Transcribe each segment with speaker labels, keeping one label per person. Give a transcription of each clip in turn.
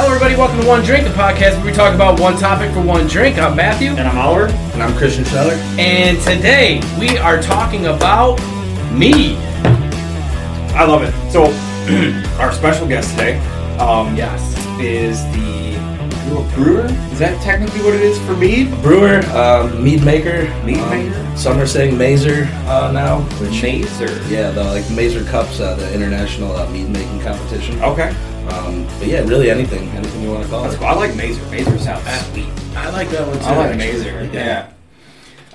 Speaker 1: everybody? Welcome to One Drink, the podcast where we talk about one topic for one drink. I'm Matthew.
Speaker 2: And I'm Oliver.
Speaker 3: And I'm Christian Scheller.
Speaker 1: And today we are talking about mead.
Speaker 2: I love it. So, our special guest today um,
Speaker 1: Yes.
Speaker 2: is the brewer. Is that technically what it is for mead?
Speaker 3: Brewer, um, mead maker,
Speaker 2: Mead
Speaker 3: um,
Speaker 2: maker?
Speaker 3: Some are saying mazer uh, now. Which,
Speaker 2: Mazer.
Speaker 3: yeah, the like mazer cups, uh, the international uh, mead making competition.
Speaker 2: Okay.
Speaker 3: Um, but yeah, really anything, anything you want to call
Speaker 2: Oh. That's
Speaker 3: it.
Speaker 2: cool. I like Mazer. Mazer sounds sweet.
Speaker 1: I like that one too.
Speaker 2: I like
Speaker 1: Ah, actually.
Speaker 2: Mazer. Yeah.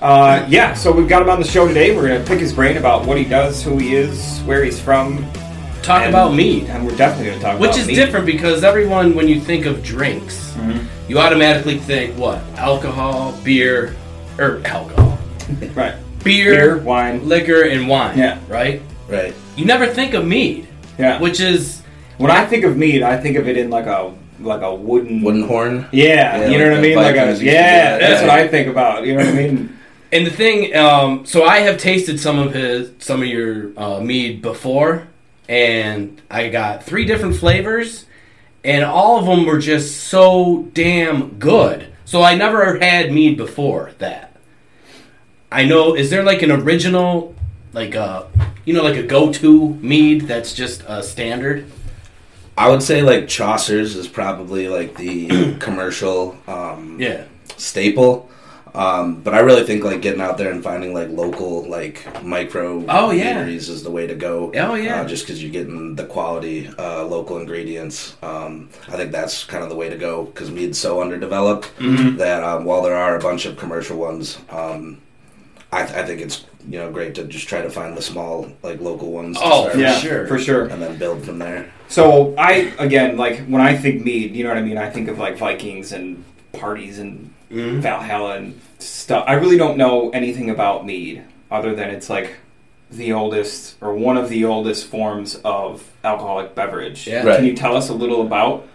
Speaker 2: Uh, yeah, so we've got him on the show today. We're going to pick his brain about what he does, who he is, where he's from.
Speaker 1: Talk
Speaker 2: and-
Speaker 1: about mead,
Speaker 2: And we're definitely going to talk
Speaker 1: which
Speaker 2: about
Speaker 1: is
Speaker 2: mead. Mm-hmm.
Speaker 1: different because everyone, when you think of drinks, you automatically think what? Alcohol, beer, or alcohol,
Speaker 2: Right. Beer,
Speaker 1: beer,
Speaker 2: wine.
Speaker 1: liquor, and wine.
Speaker 2: Yeah.
Speaker 1: Right.
Speaker 3: Right.
Speaker 1: You never think of mead,
Speaker 2: Yeah.
Speaker 1: which is
Speaker 2: When I think of mead, I think of it in like a like a wooden
Speaker 3: Wooden horn.
Speaker 2: Yeah,
Speaker 3: Yeah,
Speaker 2: you know
Speaker 3: like
Speaker 2: what I
Speaker 3: the
Speaker 2: mean. Like,
Speaker 3: Vikings
Speaker 2: a,
Speaker 3: used to do
Speaker 2: yeah,
Speaker 3: that.
Speaker 2: that's
Speaker 3: Yeah.
Speaker 2: what I think about. You know what I mean?
Speaker 1: And the thing, um, so I have tasted some of his, some of your uh, mead before, and I got three different flavors, and all of them were just so damn good. So I never had mead before that. I know. Is there like an original, like a, you know, like a go-to mead that's just a standard?
Speaker 3: I would say like Chaucer's is probably like the commercial um,
Speaker 1: Yeah.
Speaker 3: staple. Um, but I really think like getting out there and finding like local like micro
Speaker 1: Oh, yeah.
Speaker 3: eateries is the way to go.
Speaker 1: Oh, yeah.
Speaker 3: uh, just because you're getting the quality uh, local ingredients. Um, I think that's kind of the way to go because mead's so underdeveloped
Speaker 1: Mm-hmm.
Speaker 3: that um, while there are a bunch of commercial ones, um, I, th- I think it's you know great to just try to find the small like local ones.
Speaker 1: Oh,
Speaker 3: to start
Speaker 1: For
Speaker 2: yeah,
Speaker 3: with,
Speaker 1: sure.
Speaker 2: for sure.
Speaker 3: and then build from there.
Speaker 2: So I again, like when I think mead, you know what I mean. I think of like Vikings and parties and
Speaker 3: Mm-hmm.
Speaker 2: Valhalla and stuff. I really don't know anything about mead other than it's like the oldest or one of the oldest forms of alcoholic beverage.
Speaker 1: Yeah.
Speaker 3: Right.
Speaker 2: Can you tell us a little about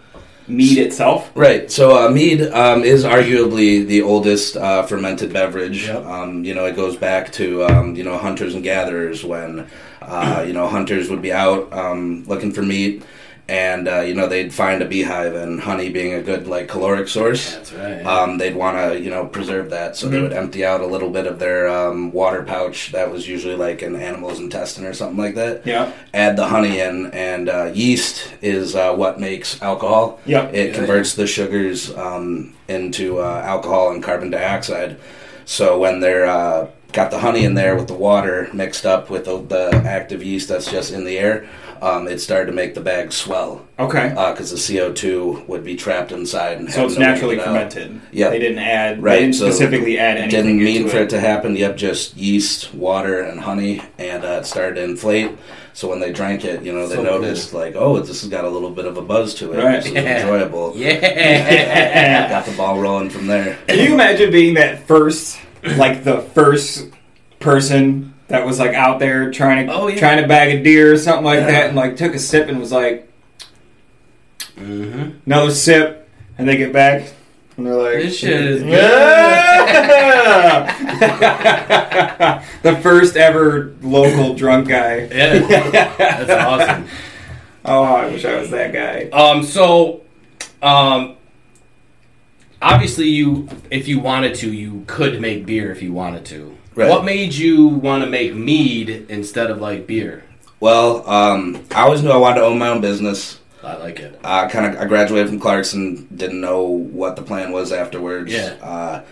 Speaker 2: mead itself?
Speaker 3: Right. So uh, mead um, is arguably the oldest uh, fermented beverage.
Speaker 1: Yep.
Speaker 3: Um, you know, it goes back to um, you know hunters and gatherers when uh, you know hunters would be out um, looking for meat, and uh, you know they'd find a beehive and honey being a good like caloric source.
Speaker 1: That's right.
Speaker 3: Um, they'd want to, you know, preserve that, so they would empty out a little bit of their um, water pouch that was usually like an animal's intestine or something like that.
Speaker 2: Yeah.
Speaker 3: Add the honey in, and uh, yeast is uh, what makes alcohol.
Speaker 2: Yep.
Speaker 3: It
Speaker 1: Yeah.
Speaker 3: converts the sugars um, into uh, alcohol and carbon dioxide. So when they're uh, got the honey in there with the water mixed up with the, the active yeast that's just in the air, um, it started to make the bag swell
Speaker 2: Okay.
Speaker 3: because the CO two would be trapped inside. And
Speaker 2: so
Speaker 3: have
Speaker 2: it's
Speaker 3: no way to
Speaker 2: naturally
Speaker 3: get out.
Speaker 2: fermented.
Speaker 3: Yeah.
Speaker 2: They didn't add.
Speaker 3: uh, Right,
Speaker 2: They didn't
Speaker 3: so
Speaker 2: specifically add anything.
Speaker 3: Didn't mean
Speaker 2: into
Speaker 3: for it. to happen. Yep, just yeast, water, and honey, and uh, it started to inflate. So when they drank it, you know, they
Speaker 1: So cool.
Speaker 3: noticed like, oh, this has got a little bit of a buzz to it.
Speaker 2: Right.
Speaker 3: This is
Speaker 1: Yeah.
Speaker 3: enjoyable.
Speaker 1: yeah.
Speaker 3: Got the ball rolling from there.
Speaker 2: Can you imagine being that first, like the first person that was like out there trying to
Speaker 1: Oh, yeah.
Speaker 2: trying to bag a deer or something like that, and like took a sip and was like
Speaker 1: Mhm.
Speaker 2: another sip, and they get back and they're like,
Speaker 1: This shit is good.
Speaker 2: Yeah! the first ever local drunk guy.
Speaker 1: yeah. That's awesome.
Speaker 2: Oh, I wish I was that guy.
Speaker 1: Um, so, um, obviously, you if you wanted to, you could make beer if you wanted to.
Speaker 3: Right.
Speaker 1: What made you want to make mead instead of like beer?
Speaker 3: Well, um, I always knew I wanted to own my own business.
Speaker 1: I like it.
Speaker 3: uh, kind of I graduated from Clarkson, didn't know what the plan was afterwards.
Speaker 1: Yeah.
Speaker 3: Uh,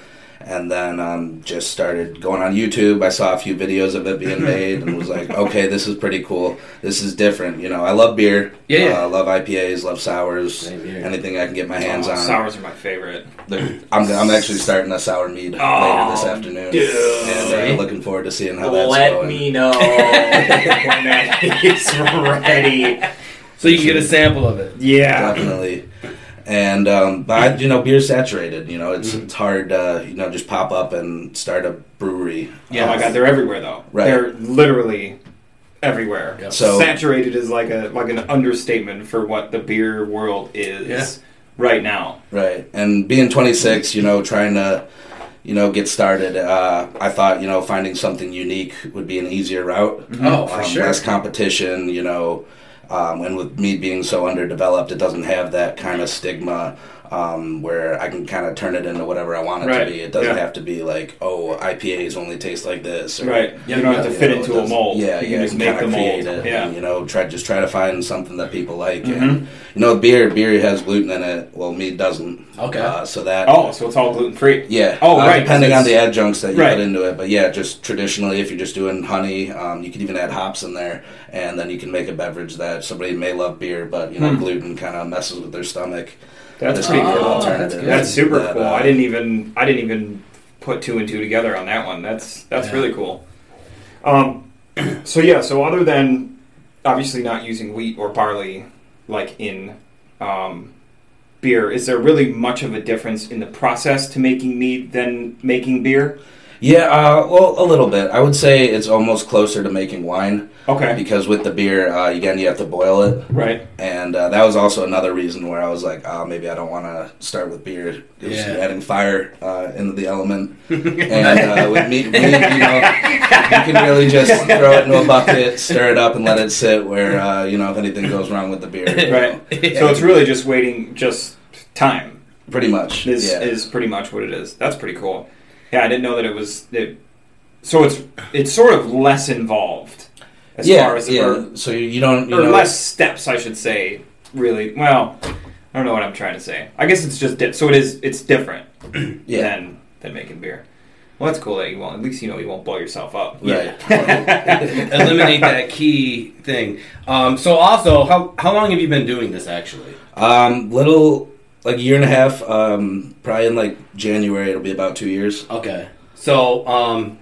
Speaker 3: and then um, just started going on YouTube. I saw a few videos of it being made and was like, okay, this is pretty cool. This is different. You know, I love beer.
Speaker 1: Yeah, yeah.
Speaker 3: Uh, I love IPAs, love sours,
Speaker 1: Same here.
Speaker 3: anything I can get my hands
Speaker 2: Oh,
Speaker 3: on.
Speaker 2: Sours are my favorite.
Speaker 3: They're- I'm, I'm actually starting a sour mead later
Speaker 1: Oh,
Speaker 3: this afternoon.
Speaker 2: dude.
Speaker 3: And uh, looking forward to seeing how that's
Speaker 4: Let
Speaker 3: going.
Speaker 4: me know
Speaker 1: Oh.
Speaker 4: when that is ready.
Speaker 1: So you can get a sample of it.
Speaker 2: Yeah.
Speaker 3: definitely. And um, but I, you know, beer's saturated. You know, it's it's hard to you know just pop up and start a brewery.
Speaker 1: Yeah.
Speaker 2: Oh my god, they're everywhere though.
Speaker 3: Right.
Speaker 2: They're literally everywhere.
Speaker 1: Yep.
Speaker 3: So-
Speaker 2: saturated is like a like an understatement for what the beer world is
Speaker 1: Yeah.
Speaker 2: right now.
Speaker 3: Right. And being 26, you know, trying to you know get started, uh, I thought you know finding something unique would be an easier route.
Speaker 1: Oh, for
Speaker 3: Um,
Speaker 1: sure.
Speaker 3: Less competition. You know. Um, and with mead being so underdeveloped, it doesn't have that kind of stigma um, where I can kind of turn it into whatever I want it
Speaker 2: Right,
Speaker 3: to be. It doesn't
Speaker 2: yeah.
Speaker 3: have to be like, oh, IPAs only taste like this. Or,
Speaker 2: Right.
Speaker 1: Yeah,
Speaker 2: you don't have to
Speaker 3: you
Speaker 2: fit
Speaker 3: know, it
Speaker 2: into a
Speaker 3: doesn't-
Speaker 2: mold.
Speaker 3: Yeah,
Speaker 2: you can
Speaker 3: yeah,
Speaker 2: just make
Speaker 3: kinda
Speaker 2: the mold.
Speaker 3: create it
Speaker 2: Yeah. Mm-hmm.
Speaker 3: and, you know, try just try to find something that people like. And you know, beer beer has gluten in it. Well, mead doesn't.
Speaker 1: Okay.
Speaker 3: Uh, so that
Speaker 2: Oh, so it's all gluten free.
Speaker 3: yeah.
Speaker 2: Oh,
Speaker 3: uh,
Speaker 2: right.
Speaker 3: Depending on the
Speaker 2: it's-
Speaker 3: adjuncts that you
Speaker 2: Right.
Speaker 3: put into it, but yeah, just traditionally, if you're just doing honey, um, you can even add hops in there, and then you can make a beverage that somebody may love beer, but you know, gluten kind of messes with their stomach.
Speaker 2: Hmm. That's
Speaker 3: This
Speaker 2: pretty
Speaker 3: being an
Speaker 1: Oh,
Speaker 2: cool.
Speaker 1: that's
Speaker 3: alternative.
Speaker 1: good.
Speaker 2: That's super
Speaker 3: that,
Speaker 2: cool.
Speaker 3: uh,
Speaker 2: I didn't even I didn't even put two and two together on that one. That's that's
Speaker 1: Yeah.
Speaker 2: really cool. Um, so yeah, so other than obviously not using wheat or barley like in um, beer, is there really much of a difference in the process to making mead than making beer?
Speaker 3: Yeah, uh, well, a little bit. I would say it's almost closer to making wine
Speaker 2: Okay,
Speaker 3: because with the beer, uh, again, you have to boil it,
Speaker 2: right.
Speaker 3: and uh, that was also another reason where I was like, oh, maybe I don't want to start with beer. It was
Speaker 1: Yeah.
Speaker 3: adding fire uh, into the element, and uh, with meat, meat, you know, you can really just throw it into a bucket, stir it up, and let it sit. Where uh, you know, if anything goes wrong with the beer, you know,
Speaker 2: Right. So it's really just waiting, just time.
Speaker 3: pretty much.
Speaker 2: is
Speaker 3: yeah.
Speaker 2: is pretty much what it is. That's pretty cool. Yeah, I didn't know that it was. It, so it's it's sort of less involved as
Speaker 3: yeah,
Speaker 2: far as
Speaker 3: yeah.
Speaker 2: or,
Speaker 3: so you you don't, you
Speaker 2: or
Speaker 3: know,
Speaker 2: less steps, I should say. Really, well, I don't know what I'm trying to say. I guess it's just di- so it is. It's different
Speaker 3: yeah.
Speaker 2: than than making beer. Well, that's cool that you won't. At least you know you won't blow yourself up.
Speaker 3: Right.
Speaker 1: eliminate that key thing. Um, so also, how how long have you been doing this actually?
Speaker 3: Um, little like a year and a half. Um, probably in like January, it'll be about two years.
Speaker 1: Okay. So um,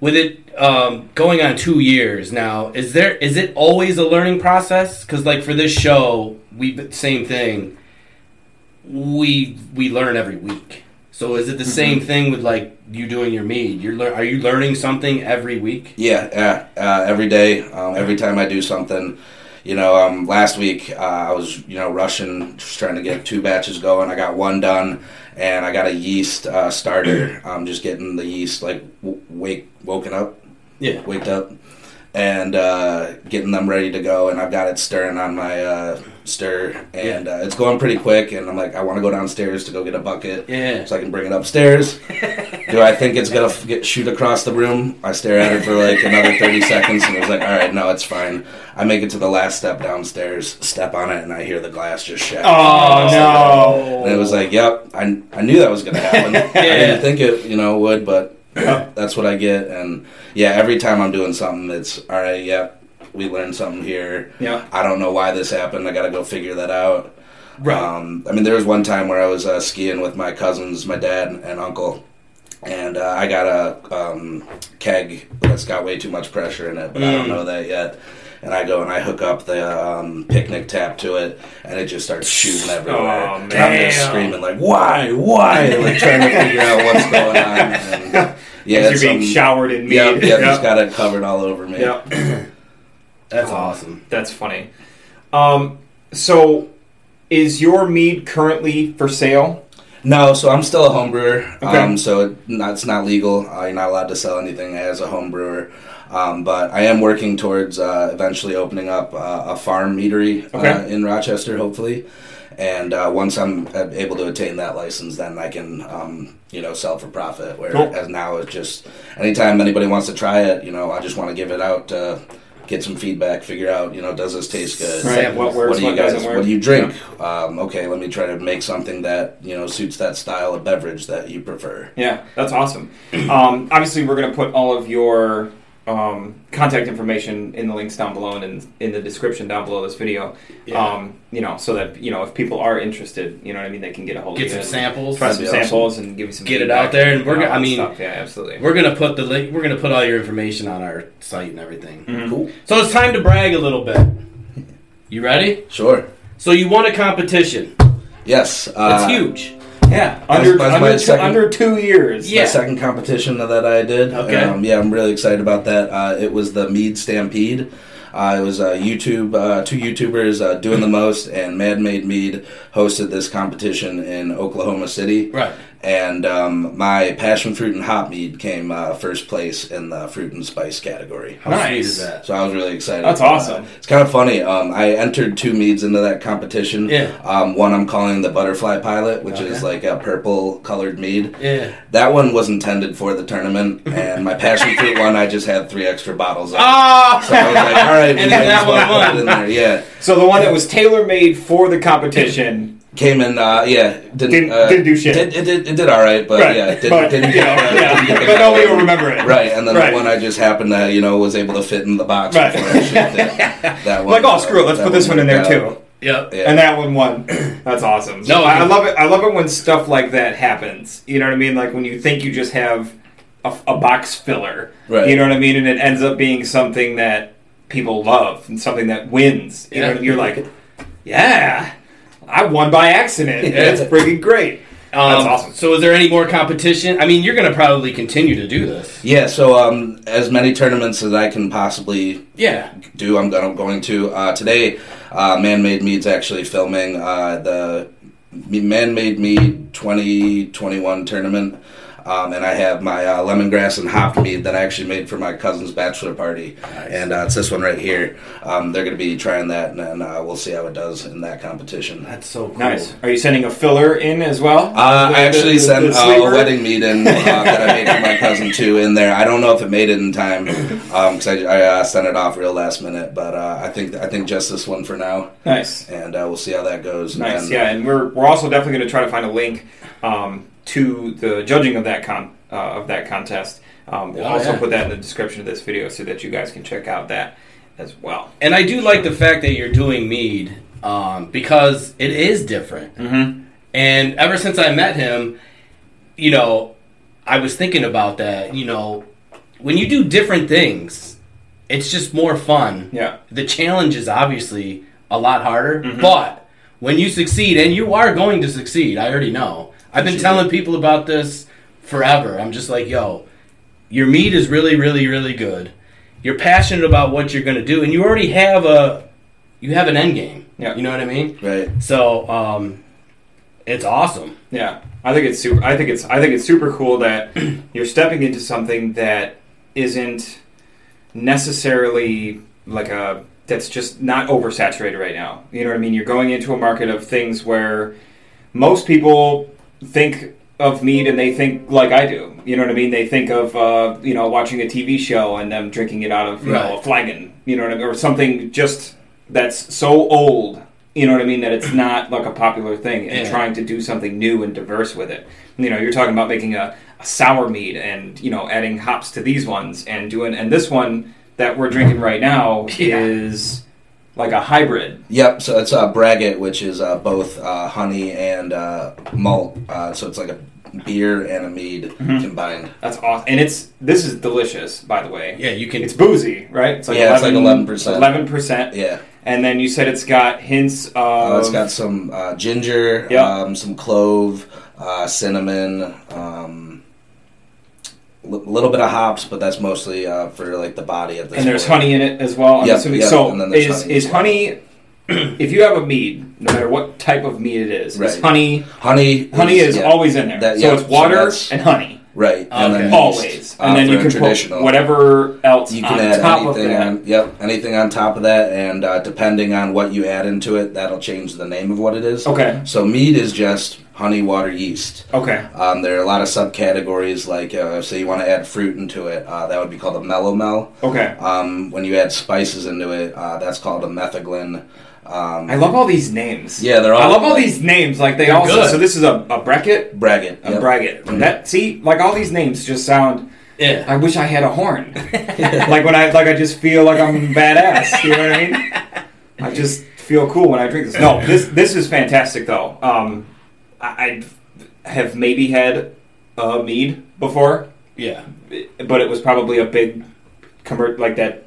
Speaker 1: with it um, going on two years now, is there is it always a learning process? Because like for this show, we same thing. We we learn every week. So is it the same thing with like you doing your mead? You're lear- are you learning something every week?
Speaker 3: Yeah, yeah. Uh, every day, um, every time I do something, you know. Um, last week uh, I was, you know, rushing, just trying to get two batches going. I got one done, and I got a yeast uh, starter. um, just getting the yeast like w- wake woken up,
Speaker 1: Yeah.
Speaker 3: waked up, and uh, getting them ready to go. And I've got it stirring on my uh, stir, and uh, it's going pretty quick. And I'm like, I want to go downstairs to go get a bucket.
Speaker 1: Yeah.
Speaker 3: so I can bring it upstairs. Do I think it's gonna f- get shoot across the room? I stare at it for like another thirty seconds, and it's like, all right, no, it's fine. I make it to the last step downstairs, step on it, and I hear the glass just shatter.
Speaker 2: Oh no!
Speaker 3: And it was like, yep, I, I knew that was gonna happen. I
Speaker 1: Yeah.
Speaker 3: didn't think it, you know, would, but that's what I get. And yeah, every time I'm doing something, it's all right. Yep, we learned something here.
Speaker 2: Yeah.
Speaker 3: I don't know why this happened. I gotta go figure that out.
Speaker 1: Right.
Speaker 3: Um, I mean, there was one time where I was uh, skiing with my cousins, my dad, and uncle, and uh, I got a um, keg that's got way too much pressure in it, but I
Speaker 2: Mm.
Speaker 3: don't know that yet. And I go and I hook up the um, picnic tap to it, and it just starts shooting everywhere.
Speaker 2: Oh,
Speaker 3: and I'm just
Speaker 2: man.
Speaker 3: screaming like, "Why? Why?" Like trying to figure out what's going on. And, yeah,
Speaker 2: You're
Speaker 3: it's
Speaker 2: being
Speaker 3: something-
Speaker 2: showered in mead.
Speaker 3: Yeah, yeah,
Speaker 2: Yep.
Speaker 3: just got it covered all over me.
Speaker 2: Yep.
Speaker 1: That's awesome.
Speaker 2: That's funny. Um, so, is your mead currently for sale?
Speaker 3: No, so I'm still a home brewer.
Speaker 2: Okay.
Speaker 3: Um, so it, not, it's not legal. Uh, you're not allowed to sell anything as a home brewer. Um, but I am working towards uh, eventually opening up uh, a farm eatery uh,
Speaker 2: Okay.
Speaker 3: in Rochester, hopefully. And uh, once I'm uh, able to attain that license, then I can, um, you know, sell for profit. Where
Speaker 2: Cool.
Speaker 3: as now it's just anytime anybody wants to try it, you know, I just want to give it out, uh, get some feedback, figure out, you know, does this taste good?
Speaker 1: Right.
Speaker 2: What
Speaker 3: what
Speaker 2: works? What,
Speaker 3: do you guys?
Speaker 2: doesn't work?
Speaker 3: What do you drink? Um, okay, let me try to make something that you know suits that style of beverage that you prefer.
Speaker 2: Yeah, that's awesome. Um, obviously, we're going to put all of your um, contact information in the links down below and in, in the description down below this video.
Speaker 1: Yeah.
Speaker 2: Um, you know, so that you know if people are interested, you know what I mean, they can get a hold
Speaker 1: Get
Speaker 2: of
Speaker 1: some
Speaker 2: you and
Speaker 1: samples.
Speaker 2: try some
Speaker 3: That'd be awesome.
Speaker 2: samples, and give you some
Speaker 1: Get it
Speaker 2: feedback
Speaker 1: out there, and we're
Speaker 2: all
Speaker 1: gonna- I
Speaker 2: that
Speaker 1: mean,
Speaker 2: stuff. yeah, absolutely.
Speaker 1: We're gonna put the link. We're gonna put all your information on our site and everything.
Speaker 3: Cool.
Speaker 1: So it's time to brag a little bit. You ready?
Speaker 3: Sure.
Speaker 1: So you won a competition.
Speaker 3: Yes. Uh,
Speaker 1: That's huge.
Speaker 2: yeah, under
Speaker 3: that's my
Speaker 2: under, two,
Speaker 3: second-
Speaker 2: under two years.
Speaker 1: Yeah.
Speaker 3: The second competition that I did.
Speaker 1: Okay.
Speaker 3: Um, yeah, I'm really excited about that. Uh, it was the Mead Stampede. Uh, it was uh, YouTube, uh, two YouTubers uh, doing the most, and Mad Made Mead hosted this competition in Oklahoma City.
Speaker 1: Right.
Speaker 3: and um, my passion fruit and hop mead came uh, first place in the fruit and spice category.
Speaker 1: How sweet
Speaker 2: Nice.
Speaker 1: is that?
Speaker 3: So I was really excited.
Speaker 2: That's
Speaker 3: Uh,
Speaker 2: awesome.
Speaker 3: it's kind of funny. Um, I entered two meads into that competition.
Speaker 1: Yeah.
Speaker 3: Um, one I'm calling the butterfly pilot, which
Speaker 1: Okay.
Speaker 3: is like a purple colored mead.
Speaker 1: Yeah.
Speaker 3: That one was intended for the tournament, and my passion fruit one I just had three extra bottles of. So I was like, all right, we
Speaker 1: Ah! And
Speaker 3: might
Speaker 1: then
Speaker 3: as
Speaker 1: that
Speaker 3: well
Speaker 1: one
Speaker 3: put it in there. Yeah,
Speaker 2: So the one that was tailor made for the competition.
Speaker 3: came in. Uh, yeah, didn't,
Speaker 4: Didn't-
Speaker 3: uh,
Speaker 4: didn't do shit.
Speaker 3: Did, it, did, it did all right, but
Speaker 4: Right,
Speaker 3: yeah, it didn't,
Speaker 4: but,
Speaker 3: didn't
Speaker 4: you know, yeah,
Speaker 3: didn't get
Speaker 4: but
Speaker 3: the-
Speaker 4: nobody will remember it.
Speaker 3: Right, and then
Speaker 4: Right.
Speaker 3: the one I just happened to, you know, was able to fit in the box
Speaker 4: Right.
Speaker 3: before I shipped it. That one.
Speaker 2: Like, oh, screw it. Let's
Speaker 3: that
Speaker 2: put this one in there
Speaker 3: worked out.
Speaker 2: too.
Speaker 1: Yep.
Speaker 3: Yeah.
Speaker 2: And that one won. That's awesome.
Speaker 1: No,
Speaker 2: I, I
Speaker 1: I-
Speaker 2: love it. I love it when stuff like that happens. You know what I mean? Like when you think you just have a, a box filler.
Speaker 3: Right.
Speaker 2: You know what I mean? And it ends up being something that people love and something that wins. You know,
Speaker 1: Yeah.
Speaker 2: and you're like, yeah, I won by accident.
Speaker 1: Yeah.
Speaker 2: That's freaking great.
Speaker 1: Um,
Speaker 2: That's awesome.
Speaker 1: So, is there any more competition? I mean, you're going to probably continue to do this.
Speaker 3: Yeah, so um, as many tournaments as I can possibly
Speaker 1: Yeah.
Speaker 3: do, I'm, gonna- I'm going to. Uh, today, uh, Man Made Mead's actually filming uh, the Me- Man Made Mead 2021 tournament. Um, and I have my uh, lemongrass and hopped mead that I actually made for my cousin's bachelor party. And uh, it's this one right here. Um, they're going to be trying that, and then uh, we'll see how it does in that competition.
Speaker 1: That's so cool.
Speaker 2: Nice. Are you sending a filler in as well?
Speaker 3: Uh,
Speaker 2: The-
Speaker 3: I
Speaker 2: the-
Speaker 3: actually
Speaker 2: the-
Speaker 3: sent
Speaker 2: the
Speaker 3: uh, a
Speaker 2: sleeper?
Speaker 3: wedding meet in uh, that I made for my cousin too in there. I don't know if it made it in time because I, I uh, sent it off real last minute, but uh, I think I think just this one for now,
Speaker 2: Nice.
Speaker 3: and uh, we'll see how that goes.
Speaker 2: Nice,
Speaker 3: and,
Speaker 2: yeah, and we're we're also definitely going to try to find a link um, to the judging of that con uh, of that contest. Um, we'll
Speaker 1: Oh,
Speaker 2: also
Speaker 1: yeah.
Speaker 2: put that in the description of this video so that you guys can check out that as well.
Speaker 1: And I do like the fact that you're doing mead um, because it is different.
Speaker 2: Mm-hmm.
Speaker 1: And ever since I met him, you know, I was thinking about that. You know, when you do different things, it's just more fun.
Speaker 2: Yeah,
Speaker 1: The challenge is obviously a lot harder,
Speaker 2: Mm-hmm.
Speaker 1: but when you succeed, and you are going to succeed, I already know. I've been
Speaker 3: Sure.
Speaker 1: telling people about this forever. I'm just like, yo, your meat is really, really, really good. You're passionate about what you're going to do, and you already have a you have an end game.
Speaker 2: Yeah.
Speaker 1: You know what I mean?
Speaker 3: Right.
Speaker 1: So, um, it's awesome.
Speaker 2: yeah. I think it's super. I think it's I think it's super cool that you're stepping into something that isn't necessarily like a that's just not oversaturated right now. You know what I mean? You're going into a market of things where most people think of mead and they think like I do. You know what I mean? They think of uh, you know watching a TV show and them drinking it out of you know a
Speaker 1: Right.
Speaker 2: flagon. You know what I mean? Or something just that's so old. You know what I mean? That it's not like a popular thing and
Speaker 1: Yeah.
Speaker 2: trying to do something new and diverse with it. You know, you're talking about making a, a sour mead and you know adding hops to these ones and doing and this one that we're drinking right now
Speaker 1: Yeah.
Speaker 2: is like a hybrid.
Speaker 3: Yep. So it's uh, braggot, which is uh, both uh, honey and uh, malt. Uh, so it's like a beer and a mead
Speaker 2: Mm-hmm.
Speaker 3: combined.
Speaker 2: That's awesome. And it's this is delicious, by the way.
Speaker 1: Yeah, you can.
Speaker 2: It's boozy, right? It's
Speaker 3: Yeah, it's like 11%.
Speaker 2: 11%.
Speaker 3: Yeah.
Speaker 2: And then you said it's got hints of.
Speaker 3: Uh, it's got some uh, ginger,
Speaker 2: Um, Yeah.
Speaker 3: um, some clove, uh, cinnamon, a um, li- little bit of hops, but that's mostly uh, for like the body of this.
Speaker 2: and there's
Speaker 3: wort.
Speaker 2: honey in it as well. I'm
Speaker 3: Yep,
Speaker 2: assuming.
Speaker 3: yep,
Speaker 2: so
Speaker 3: and then there's
Speaker 2: is
Speaker 3: honey
Speaker 2: is
Speaker 3: as well.
Speaker 2: honey? if you have a mead, no matter what type of mead it is, is
Speaker 3: Right.
Speaker 2: honey.
Speaker 3: Honey,
Speaker 2: Honey is
Speaker 3: yeah,
Speaker 2: always in there.
Speaker 3: That-
Speaker 2: so
Speaker 3: yeah,
Speaker 2: it's water
Speaker 3: so that's-
Speaker 2: and honey
Speaker 3: right, and
Speaker 1: Okay.
Speaker 3: then
Speaker 2: always,
Speaker 3: yeast, uh,
Speaker 2: and then
Speaker 3: for
Speaker 2: you can
Speaker 3: traditional.
Speaker 2: put whatever else
Speaker 3: You can
Speaker 2: on
Speaker 3: add
Speaker 2: top of
Speaker 3: anything
Speaker 2: that.
Speaker 3: on, yep, anything on top of that, and uh, depending on what you add into it, that'll change the name of what it is.
Speaker 2: Okay.
Speaker 3: So mead is just honey, water, yeast.
Speaker 2: Okay.
Speaker 3: Um, there are a lot of subcategories, like uh, say you want to add fruit into it, uh, that would be called a mellow mel.
Speaker 2: Okay.
Speaker 3: Um, when you add spices into it, uh, that's called a methaglin. Um,
Speaker 2: I love all these names.
Speaker 3: Yeah, they're all-
Speaker 2: I love all these names. Like they
Speaker 1: They're
Speaker 2: all.
Speaker 1: good.
Speaker 2: So this is a, a bracket.
Speaker 3: braggot.
Speaker 2: A
Speaker 3: yep. Mm-hmm.
Speaker 2: bracket. That see, like all these names just sound.
Speaker 1: yeah.
Speaker 2: I wish I had a horn. like when I like I just feel like I'm badass. You know what I mean? I just feel cool when I drink this. No, this this is fantastic though. Um, I, I have maybe had a mead before,
Speaker 1: yeah.
Speaker 2: but it was probably a big convert like that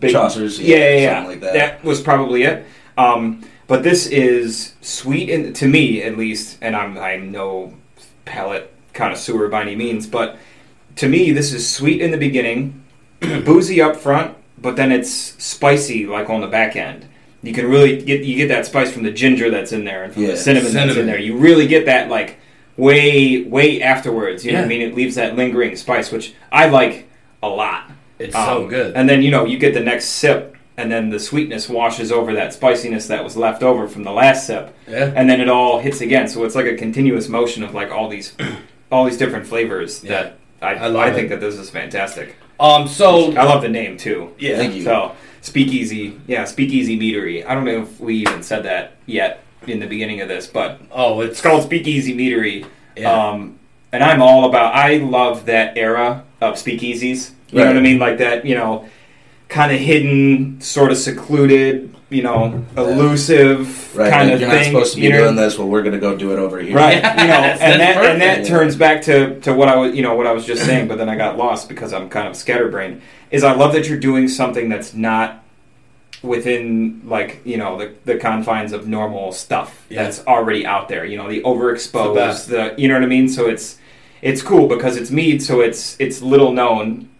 Speaker 2: big
Speaker 3: Chaucer's,
Speaker 2: Yeah, yeah, yeah.
Speaker 3: something like
Speaker 2: that.
Speaker 3: that.
Speaker 2: was probably it. Um, but this is sweet and to me at least, and I'm I'm no palate connoisseur by any means, but to me this is sweet in the beginning, boozy up front, but then it's spicy like on the back end. You can really get you get that spice from the ginger that's in there and from
Speaker 3: Yeah.
Speaker 2: the cinnamon, that's in
Speaker 1: Cinnamon.
Speaker 2: there. You really get that like way way afterwards. You know what I
Speaker 1: Yeah.
Speaker 2: mean? It leaves that lingering spice, which I like a lot.
Speaker 1: It's
Speaker 2: Um,
Speaker 1: so Oh, good.
Speaker 2: And then you know you get the next sip, and then the sweetness washes over that spiciness that was left over from the last sip,
Speaker 1: Yeah.
Speaker 2: and then it all hits again. So it's like a continuous motion of like all these all these different flavors
Speaker 1: Yeah.
Speaker 2: that. I,
Speaker 1: I
Speaker 2: I,
Speaker 1: love
Speaker 2: think
Speaker 1: it.
Speaker 2: that this is fantastic.
Speaker 1: Um. So
Speaker 2: I love the name too.
Speaker 1: yeah.
Speaker 3: Thank you.
Speaker 2: So speakeasy, yeah, speakeasy meadery. I don't know if we even said that yet in the beginning of this, but
Speaker 1: Oh, it's
Speaker 2: it's called Speakeasy Meadery.
Speaker 1: Yeah.
Speaker 2: Um, and I'm all about. I love that era of speakeasies. You know
Speaker 3: Right.
Speaker 2: what I mean? Like that. You know, kind of hidden, sort of secluded. You know, elusive
Speaker 3: Right,
Speaker 2: kind
Speaker 3: like,
Speaker 2: of
Speaker 3: you're
Speaker 2: thing.
Speaker 3: not supposed to be
Speaker 2: you know?
Speaker 3: doing this, well, we're going to go do it over here.
Speaker 2: Right,
Speaker 1: Yeah,
Speaker 2: you know,
Speaker 1: that's-
Speaker 2: and
Speaker 1: that's
Speaker 2: that and that
Speaker 3: perfect.
Speaker 2: turns back to, to what I was you know what I was just saying, but then I got lost because I'm kind of scatterbrained. Is I love that you're doing something that's not within like you know the, the confines of normal stuff
Speaker 1: Yeah.
Speaker 2: that's already out there. You know, the overexposed,
Speaker 1: best.
Speaker 2: the, you know what I mean. So it's it's cool because it's mead, so it's it's little known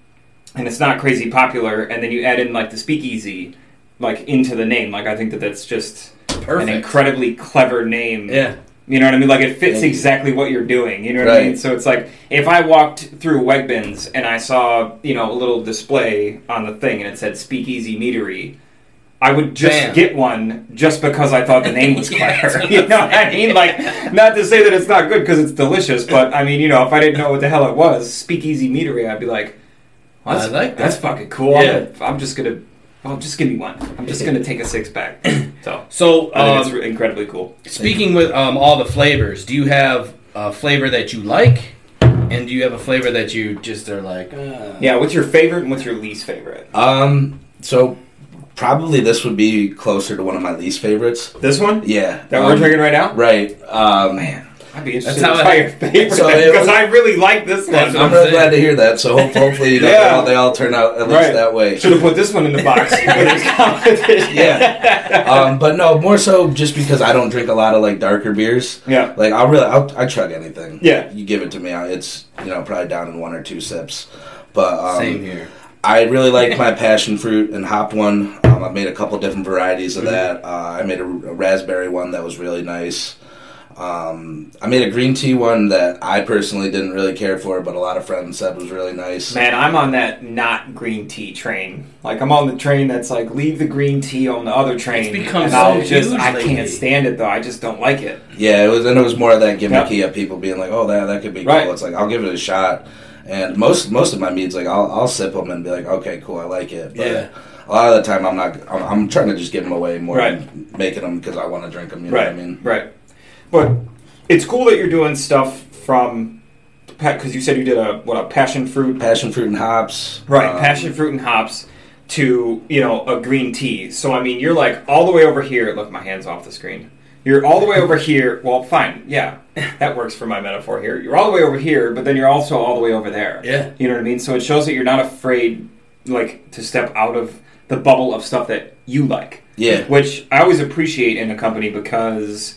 Speaker 2: and it's not crazy popular. And then you add in like the speakeasy like into the name. Like I think that that's just
Speaker 1: perfect.
Speaker 2: an incredibly clever name.
Speaker 1: yeah.
Speaker 2: You know what I mean? Like it fits
Speaker 3: Thank you.
Speaker 2: exactly what you're doing. You know what I
Speaker 3: Right.
Speaker 2: mean? So it's like if I walked through Wegbins and I saw you know a little display on the thing and it said Speakeasy Meadery, I would just
Speaker 1: Bam.
Speaker 2: get one just because I thought the name was
Speaker 1: Yeah, that's
Speaker 2: clever.
Speaker 1: what
Speaker 2: you
Speaker 1: I'm
Speaker 2: know what I mean? Like not to say that it's not good because it's delicious, but I mean you know if I didn't know what the hell it was Speakeasy Meadery, I'd be like, well,
Speaker 1: I
Speaker 2: that's,
Speaker 1: like that.
Speaker 2: that's fucking cool.
Speaker 1: Yeah.
Speaker 2: I'm, I'm just gonna. Well, just give me one. I'm just gonna take a six pack. So
Speaker 1: So
Speaker 2: I think it's
Speaker 1: um,
Speaker 2: re- incredibly cool.
Speaker 1: speaking with um, all the flavors, do you have a flavor that you like, and do you have a flavor that you just are like? Uh,
Speaker 2: Yeah, what's your favorite and what's your least favorite?
Speaker 3: Um, so probably this would be closer to one of my least favorites.
Speaker 2: This one
Speaker 3: Yeah.
Speaker 2: that
Speaker 3: um,
Speaker 2: we're drinking right now.
Speaker 3: Right. Um,
Speaker 2: Man, I'd be
Speaker 1: That's
Speaker 2: interested
Speaker 1: how
Speaker 2: to
Speaker 1: it-
Speaker 2: try your favorite
Speaker 3: So it
Speaker 2: because
Speaker 3: was-
Speaker 2: I really like this
Speaker 1: That's
Speaker 2: one.
Speaker 3: I'm
Speaker 1: I'm
Speaker 3: really
Speaker 1: saying.
Speaker 3: glad to hear that. So hope- hopefully, you know,
Speaker 2: Yeah.
Speaker 3: they, all, they all turn out at least
Speaker 2: Right.
Speaker 3: that way.
Speaker 2: Should have put this one in the box for this competition.
Speaker 3: Yeah. Um, but no, more so just because I don't drink a lot of like darker beers.
Speaker 2: yeah,
Speaker 3: Like I'll really, I'll, I chug anything.
Speaker 2: Yeah.
Speaker 3: You give it to me, I- it's you know probably down in one or two sips. But um,
Speaker 1: Same here.
Speaker 3: I really like my passion fruit and hop one. Um, I've made a couple different varieties of
Speaker 2: Mm-hmm.
Speaker 3: that. Uh, I made a, a raspberry one that was really nice. Um, I made a green tea one that I personally didn't really care for, but a lot of friends said was really nice.
Speaker 2: man, I'm on that not green tea train. Like I'm on the train that's like leave the green tea on the other train.
Speaker 1: It's become
Speaker 2: and
Speaker 1: so
Speaker 2: I'll just
Speaker 1: huge
Speaker 2: I
Speaker 1: lately.
Speaker 2: can't stand it though. I just don't like it.
Speaker 3: Yeah, it was, and it was more of that gimmicky of people being like, "Oh, that that could be cool."
Speaker 2: Right.
Speaker 3: It's like I'll give it a shot, and most most of my meads, like I'll I'll sip them and be like, "Okay, cool, I like it." But
Speaker 1: Yeah.
Speaker 3: A lot of the time, I'm not. I'm, I'm trying to just give them away more
Speaker 2: Right.
Speaker 3: than making them because I want to drink them. You know
Speaker 2: right.
Speaker 3: what I mean?
Speaker 2: Right. But it's cool that you're doing stuff from because you said you did a what a passion fruit
Speaker 3: Passion fruit and hops.
Speaker 2: right
Speaker 3: um,
Speaker 2: passion fruit and hops to you know a green tea so i mean you're like all the way over here look my hands off the screen you're all the way over here well fine yeah that works for my metaphor here you're all the way over here but then you're also all the way over there
Speaker 1: Yeah.
Speaker 2: you know what i mean so it shows that you're not afraid like to step out of the bubble of stuff that you like
Speaker 3: Yeah.
Speaker 2: which I always appreciate in a company because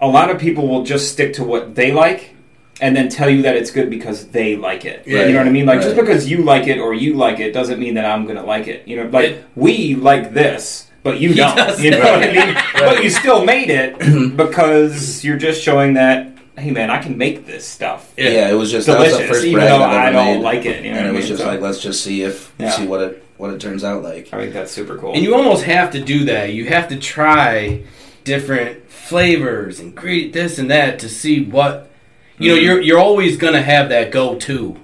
Speaker 2: a lot of people will just stick to what they like and then tell you that it's good because they like it.
Speaker 3: Right.
Speaker 2: You know what I mean? Like just
Speaker 3: Right.
Speaker 2: because you like it or you like it doesn't mean that I'm going to like it. You know, like
Speaker 1: Yeah.
Speaker 2: we like this, but you
Speaker 1: He
Speaker 2: don't.
Speaker 1: doesn't.
Speaker 2: You know what I mean?
Speaker 3: Right.
Speaker 2: But you still made it because you're just showing that hey man, I can make this stuff.
Speaker 1: Yeah.
Speaker 3: Yeah. it was just that was
Speaker 2: Delicious,
Speaker 3: the first
Speaker 2: even
Speaker 3: brand
Speaker 2: though
Speaker 3: I've ever
Speaker 2: I don't
Speaker 3: made,
Speaker 2: like it. You know what
Speaker 3: and it
Speaker 2: I
Speaker 3: was
Speaker 2: mean?
Speaker 3: just
Speaker 2: So-
Speaker 3: like let's just see if
Speaker 2: Yeah.
Speaker 3: see what it what it turns out like.
Speaker 2: I think that's super cool.
Speaker 1: And you almost have to do that. You have to try different flavors and create this and that to see what you
Speaker 3: Hmm.
Speaker 1: know.
Speaker 2: Mhm.
Speaker 1: You're you're always gonna have that go to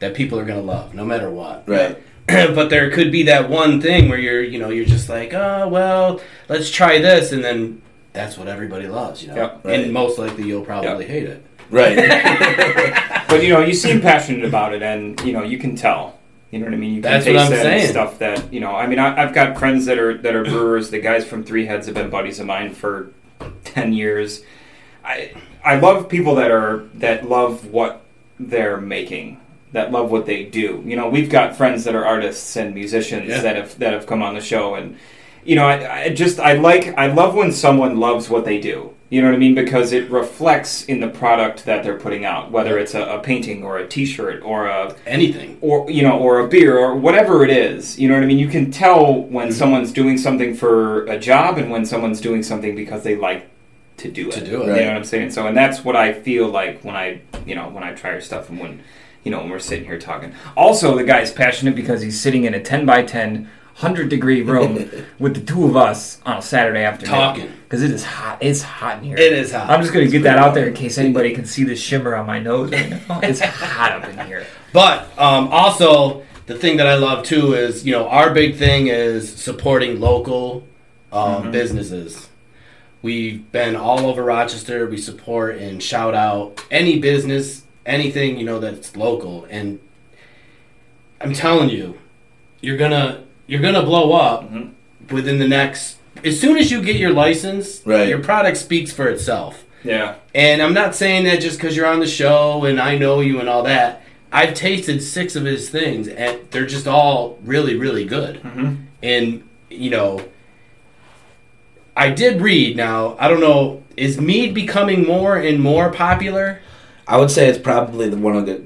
Speaker 1: that people are gonna love, no matter what.
Speaker 3: Right.
Speaker 1: but there could be that one thing where you're you know you're just like, oh well, let's try this, and then that's what everybody loves, you know.
Speaker 2: Yep.
Speaker 3: Right.
Speaker 1: And most likely you'll probably hate it.
Speaker 3: Right.
Speaker 2: But you know, you seem passionate about it, and you know, you can tell. You know what I mean? You can
Speaker 1: That's what
Speaker 2: taste
Speaker 1: I'm
Speaker 2: that
Speaker 1: saying.
Speaker 2: stuff that you know. I mean, I, I've got friends that are that are brewers. The guys from Three Heads have been buddies of mine for ten years. I I love people that are that love what they're making, that love what they do. You know, we've got friends that are artists and musicians
Speaker 1: Yeah.
Speaker 2: that have that have come on the show, and you know, I, I just I like I love when someone loves what they do. You know what I mean? Because it reflects in the product that they're putting out, whether it's a, a painting or a T-shirt or a
Speaker 1: Anything.
Speaker 2: or you know or a beer or whatever it is. You know what I mean? You can
Speaker 1: Mm-hmm.
Speaker 2: tell when someone's doing something for a job and when someone's doing something because they like to do it.
Speaker 1: To do it.
Speaker 2: You
Speaker 3: Right.
Speaker 2: know what I'm saying? So, and that's what I feel like when I, you know, when I try your stuff and when, you know, when we're sitting here talking. Also, the guy's passionate because he's sitting in a 10 by 10, 100 degree room with the two of us on a Saturday afternoon.
Speaker 1: Talking.
Speaker 2: Because it is hot. It's hot in here.
Speaker 1: It is hot.
Speaker 2: I'm just going to get that out there in case anybody can see the shimmer on my nose right now. It's hot up in here.
Speaker 1: But um, also, the thing that I love too is you know our big thing is supporting local um, businesses. We've been all over Rochester. We support and shout out any business, anything you know that's local. And I'm telling you, you're gonna you're gonna blow up within the next. As soon as you get your license,
Speaker 3: Right.
Speaker 1: your product speaks for itself.
Speaker 2: Yeah.
Speaker 1: And I'm not saying that just because you're on the show and I know you and all that. I've tasted six of his things, and they're just all really, really good. And you know, I did read. Now I don't know. Is mead becoming more and more popular?
Speaker 3: I would say it's probably the, one of the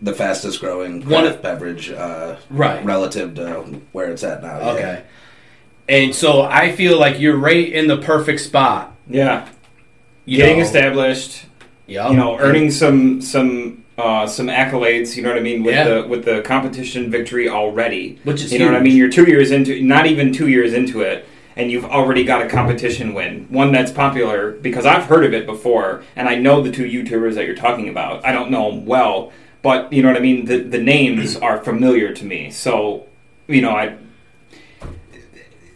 Speaker 3: the fastest growing craft
Speaker 1: One of-
Speaker 3: beverage, uh,
Speaker 1: Right.
Speaker 3: Relative to where it's at now. yeah.
Speaker 1: Okay. And so I feel like you're right in the perfect spot.
Speaker 2: Yeah.
Speaker 1: You
Speaker 2: Getting
Speaker 1: know.
Speaker 2: established.
Speaker 1: Yep.
Speaker 2: you know, earning some some uh, some accolades. You know what I mean with
Speaker 1: Yeah.
Speaker 2: the with the competition victory already.
Speaker 1: Which is
Speaker 2: you know what I
Speaker 1: huge.
Speaker 2: mean. You're two years into, not even two years into it, and you've already got a competition win, one that's popular because I've heard of it before, and I know the two YouTubers that you're talking about. I don't know them well, but you know what I mean. The the names are familiar to me, so you know I.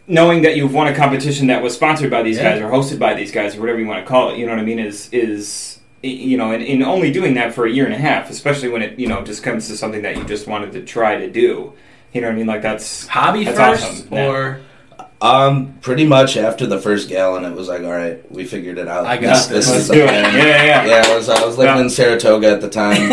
Speaker 2: Knowing that you've won a competition that was sponsored by these
Speaker 1: Yeah.
Speaker 2: guys or hosted by these guys or whatever you want to call it, you know what I mean, is is y- you know, and, and only doing that for a year and a half, especially when it you know just comes to something that you just wanted to try to do. You know what I mean? Like that's
Speaker 1: Hobby
Speaker 2: that's
Speaker 1: first,
Speaker 2: awesome. Yeah.
Speaker 1: or
Speaker 3: Um, pretty much after the first gallon, it was like, all right, we figured it out.
Speaker 1: I got this.
Speaker 2: let's
Speaker 3: is
Speaker 2: do it.
Speaker 3: a thing.
Speaker 2: Yeah, yeah, yeah.
Speaker 3: Yeah, I was, I was living
Speaker 2: Yeah.
Speaker 3: in Saratoga at the time.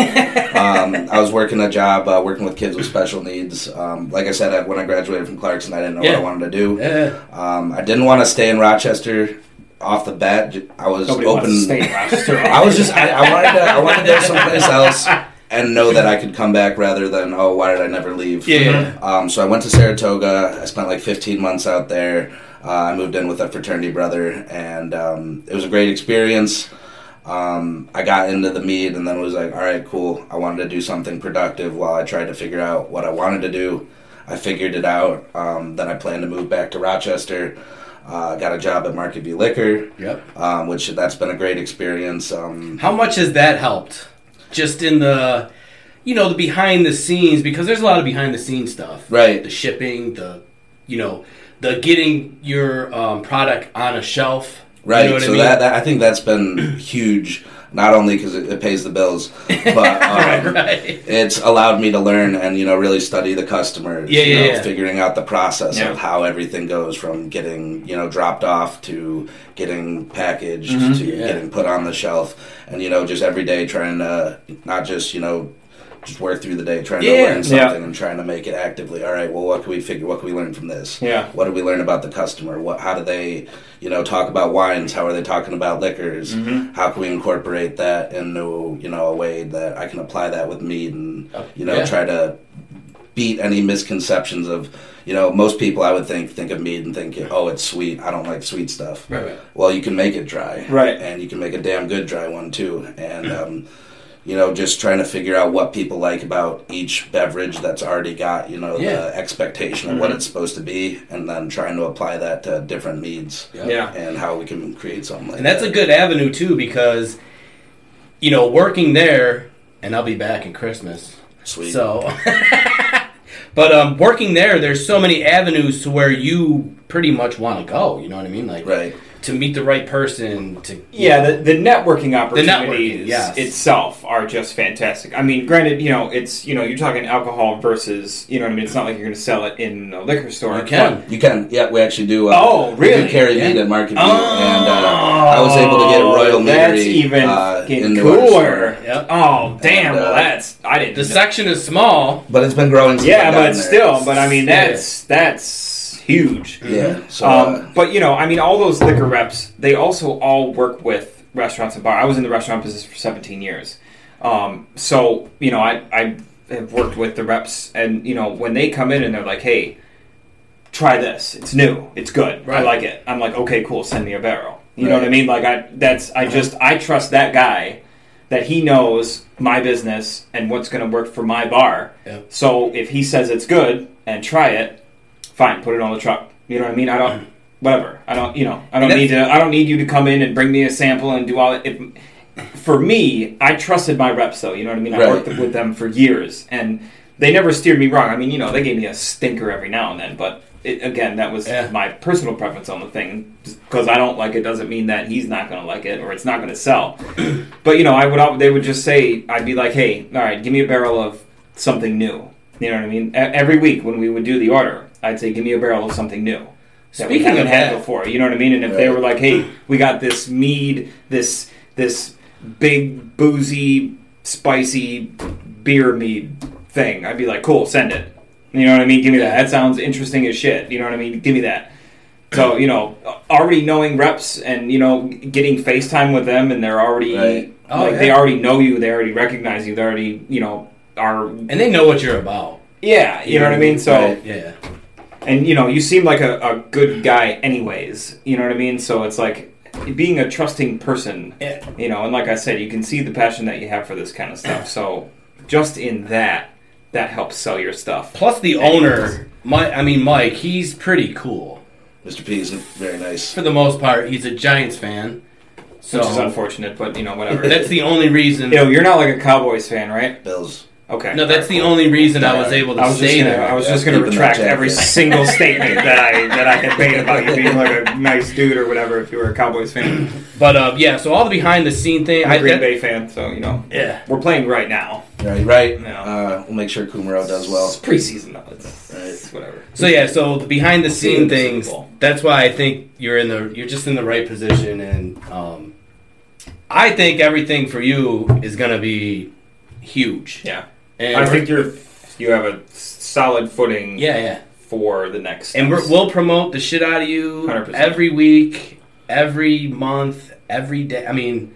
Speaker 3: um, I was working a job uh, working with kids with special needs. Um, like I said, I, when I graduated from Clarkson, I didn't know
Speaker 1: Yeah.
Speaker 3: what I wanted to do.
Speaker 1: Eh,
Speaker 3: Um, I didn't want to stay in Rochester off the bat. J- I was
Speaker 2: Nobody
Speaker 3: open.
Speaker 2: wants to stay in Rochester.
Speaker 3: I was just I, I wanted to I wanted to go someplace else and know that I could come back rather than oh why did I never leave?
Speaker 1: Yeah.
Speaker 3: Um, so I went to Saratoga. I spent like 15 months out there. Uh, I moved in with a fraternity brother, and um, it was a great experience. Um, I got into the mead, and then was like, all right, cool. I wanted to do something productive while I tried to figure out what I wanted to do. I figured it out. Um, then I planned to move back to Rochester. Uh, got a job at Market View Liquor,
Speaker 1: yep.
Speaker 3: um, which that's been a great experience. Um,
Speaker 1: How much has that helped? Just in the, you know, the behind the scenes because there's a lot of behind the scenes stuff,
Speaker 3: Right.
Speaker 1: The shipping, the, you know, the getting your um, product on a shelf, You
Speaker 3: Right.
Speaker 1: know what I
Speaker 3: so
Speaker 1: mean?
Speaker 3: that, that I think that's been huge, not only because it, it pays the bills, but um,
Speaker 1: right.
Speaker 3: it's allowed me to learn and you know really study the customers.
Speaker 1: Yeah,
Speaker 3: you
Speaker 1: yeah,
Speaker 3: know,
Speaker 1: yeah.
Speaker 3: Figuring out the process
Speaker 2: Yeah.
Speaker 3: of how everything goes from getting you know dropped off to getting packaged to
Speaker 1: Mm-hmm. Yeah.
Speaker 3: getting put on the shelf, and you know just every day trying to not just you know. Just work through the day trying
Speaker 1: Yeah.
Speaker 3: to learn something
Speaker 2: Yeah.
Speaker 3: and trying to make it actively. All right, well, what can we figure? What can we learn from this?
Speaker 2: Yeah.
Speaker 3: What do we learn about the customer? What? How do they, you know, talk about wines? How are they talking about liquors?
Speaker 2: Mm-hmm.
Speaker 1: Mm-hmm.
Speaker 3: How can we incorporate that into, you know, a way that I can apply that with mead and, you know,
Speaker 1: Yeah.
Speaker 3: try to beat any misconceptions of, you know, most people I would think think of mead and think, oh, it's sweet. I don't like sweet stuff.
Speaker 1: Right, right.
Speaker 3: Well, you can make it dry,
Speaker 2: Right.
Speaker 3: And you can make a damn good dry one too. And um, you know, just trying to figure out what people like about each beverage that's already got, you know,
Speaker 1: Yeah.
Speaker 3: the expectation of what
Speaker 2: Mm-hmm.
Speaker 3: it's supposed to be, and then trying to apply that to different needs.
Speaker 2: Yeah.
Speaker 3: And how we can create something like
Speaker 1: And that's
Speaker 3: that.
Speaker 1: a good avenue too because, you know, working there, and I'll be back in Christmas.
Speaker 3: sweet.
Speaker 1: So, but um, working there, there's so many avenues to where you pretty much want to go. You know what I mean? Like
Speaker 3: Right.
Speaker 1: to meet the right person. To
Speaker 2: Yeah, the, the networking opportunities
Speaker 1: networking, yes.
Speaker 2: itself are just fantastic. I mean, granted, you know, it's you know, you're talking alcohol versus you know what I mean. It's not like you're going to sell it in a liquor store.
Speaker 1: You can.
Speaker 3: You can, yeah. We actually do. Uh,
Speaker 2: Oh,
Speaker 3: we do
Speaker 2: really?
Speaker 3: carry
Speaker 1: Yeah.
Speaker 3: meat at Market View,
Speaker 2: Oh,
Speaker 3: and uh, I was able to get Royal Meadery.
Speaker 2: That's even
Speaker 3: uh,
Speaker 2: fucking
Speaker 3: in the
Speaker 2: cooler.
Speaker 3: store.
Speaker 1: Yep.
Speaker 2: Oh damn!
Speaker 3: And, uh,
Speaker 2: well, that's I didn't.
Speaker 1: The
Speaker 2: know.
Speaker 1: section is small.
Speaker 3: But it's been growing. since
Speaker 2: yeah,
Speaker 3: I've
Speaker 2: but
Speaker 3: gotten there.
Speaker 2: still, but I mean,
Speaker 1: Yeah.
Speaker 2: that's that's huge.
Speaker 3: Yeah. So. uh,
Speaker 2: Um, but you know, I mean, all those liquor reps, they also all work with restaurants and bar. I was in the restaurant business for 17 years, um, so you know, I I have worked with the reps, and you know, when they come in and they're like, "Hey, try this. It's new. It's good. I
Speaker 1: Right.
Speaker 2: like it." I'm like, "Okay, cool. Send me a barrel." You know what I
Speaker 3: Right.
Speaker 2: mean? Like I that's I just I trust that guy that he knows my business and what's going to work for my bar.
Speaker 1: Yeah.
Speaker 2: So if he says it's good and try it, fine, put it on the truck. You know what I mean? I don't whatever. I don't you know, I don't
Speaker 1: And
Speaker 2: need to I don't need you to come in and bring me a sample and do all that. If, for me, I trusted my reps though. You know what I mean? I
Speaker 3: Right.
Speaker 2: worked with them for years, and they never steered me wrong. I mean, you know, they gave me a stinker every now and then, but it, again, that was
Speaker 1: Yeah.
Speaker 2: my personal preference on the thing. Because I don't like it doesn't mean that he's not going to like it or it's not going to sell. but you know, I would al- they would just say I'd be like, hey, all right, give me a barrel of something new. You know what I mean? E- every week when we would do the order, I'd say, give me a barrel of something new. That we
Speaker 1: Speaking
Speaker 2: haven't
Speaker 1: of
Speaker 2: had
Speaker 1: that-
Speaker 2: before, you know what I mean? And if they
Speaker 3: Right.
Speaker 2: were like, "Hey, we got this mead, this this big boozy spicy beer mead thing. I'd be like, cool, send it. You know what I mean? Give me that. That sounds interesting as shit. You know what I mean? Give me that. So you know, already knowing reps and you know getting FaceTime with them, and they're already
Speaker 3: Right.
Speaker 1: Oh,
Speaker 2: like they
Speaker 1: yeah.
Speaker 2: already know you, they already recognize you, they already you know are
Speaker 1: and they know what you're about.
Speaker 2: yeah, you know what I mean. So
Speaker 3: Right.
Speaker 1: Yeah,
Speaker 2: and you know you seem like a, a good guy anyways you know what i mean so it's like being a trusting person
Speaker 1: Yeah.
Speaker 2: you know and like i said you can see the passion that you have for this kind of stuff so just in that that helps sell your stuff
Speaker 1: plus the owner, my, I mean Mike, he's pretty cool
Speaker 3: Mr. P is very nice.
Speaker 1: for the most part. He's a Giants fan, so
Speaker 2: which is unfortunate but you know whatever
Speaker 1: that's the only reason.
Speaker 2: you know you're not like a cowboys fan right
Speaker 3: Bills.
Speaker 2: okay
Speaker 1: No, that's the
Speaker 2: All right,
Speaker 1: only reason I was able to
Speaker 2: I was, just
Speaker 1: say
Speaker 2: gonna,
Speaker 1: that.
Speaker 2: I was
Speaker 3: Yeah,
Speaker 2: just going to
Speaker 3: keeping that
Speaker 2: retract
Speaker 3: check,
Speaker 2: every
Speaker 3: yeah.
Speaker 2: single statement that I that I had made about you being like a nice dude or whatever. If you were a Cowboys fan,
Speaker 1: But uh, yeah, so all the behind the scene thing,
Speaker 2: I'm a
Speaker 1: I
Speaker 2: Green
Speaker 1: that,
Speaker 2: Bay fan, so you know
Speaker 1: yeah,
Speaker 2: we're playing right now.
Speaker 3: Right, right.
Speaker 2: No.
Speaker 3: Uh, we'll make sure Kumaro does well.
Speaker 2: It's preseason though. It's,
Speaker 3: Right.
Speaker 2: it's whatever.
Speaker 1: So yeah, so the behind the scene
Speaker 2: Dude, this is
Speaker 1: things.
Speaker 2: cool.
Speaker 1: That's why I think you're in the you're just in the right position, and um, I think everything for you is gonna be huge.
Speaker 2: Yeah,
Speaker 1: and
Speaker 2: I
Speaker 1: we're-
Speaker 2: think you're you have a solid footing
Speaker 1: yeah, yeah,
Speaker 2: for the next.
Speaker 1: and we're,
Speaker 2: steps.
Speaker 1: we'll promote the shit out of you
Speaker 2: 100%.
Speaker 1: every week, every month, every day. I mean,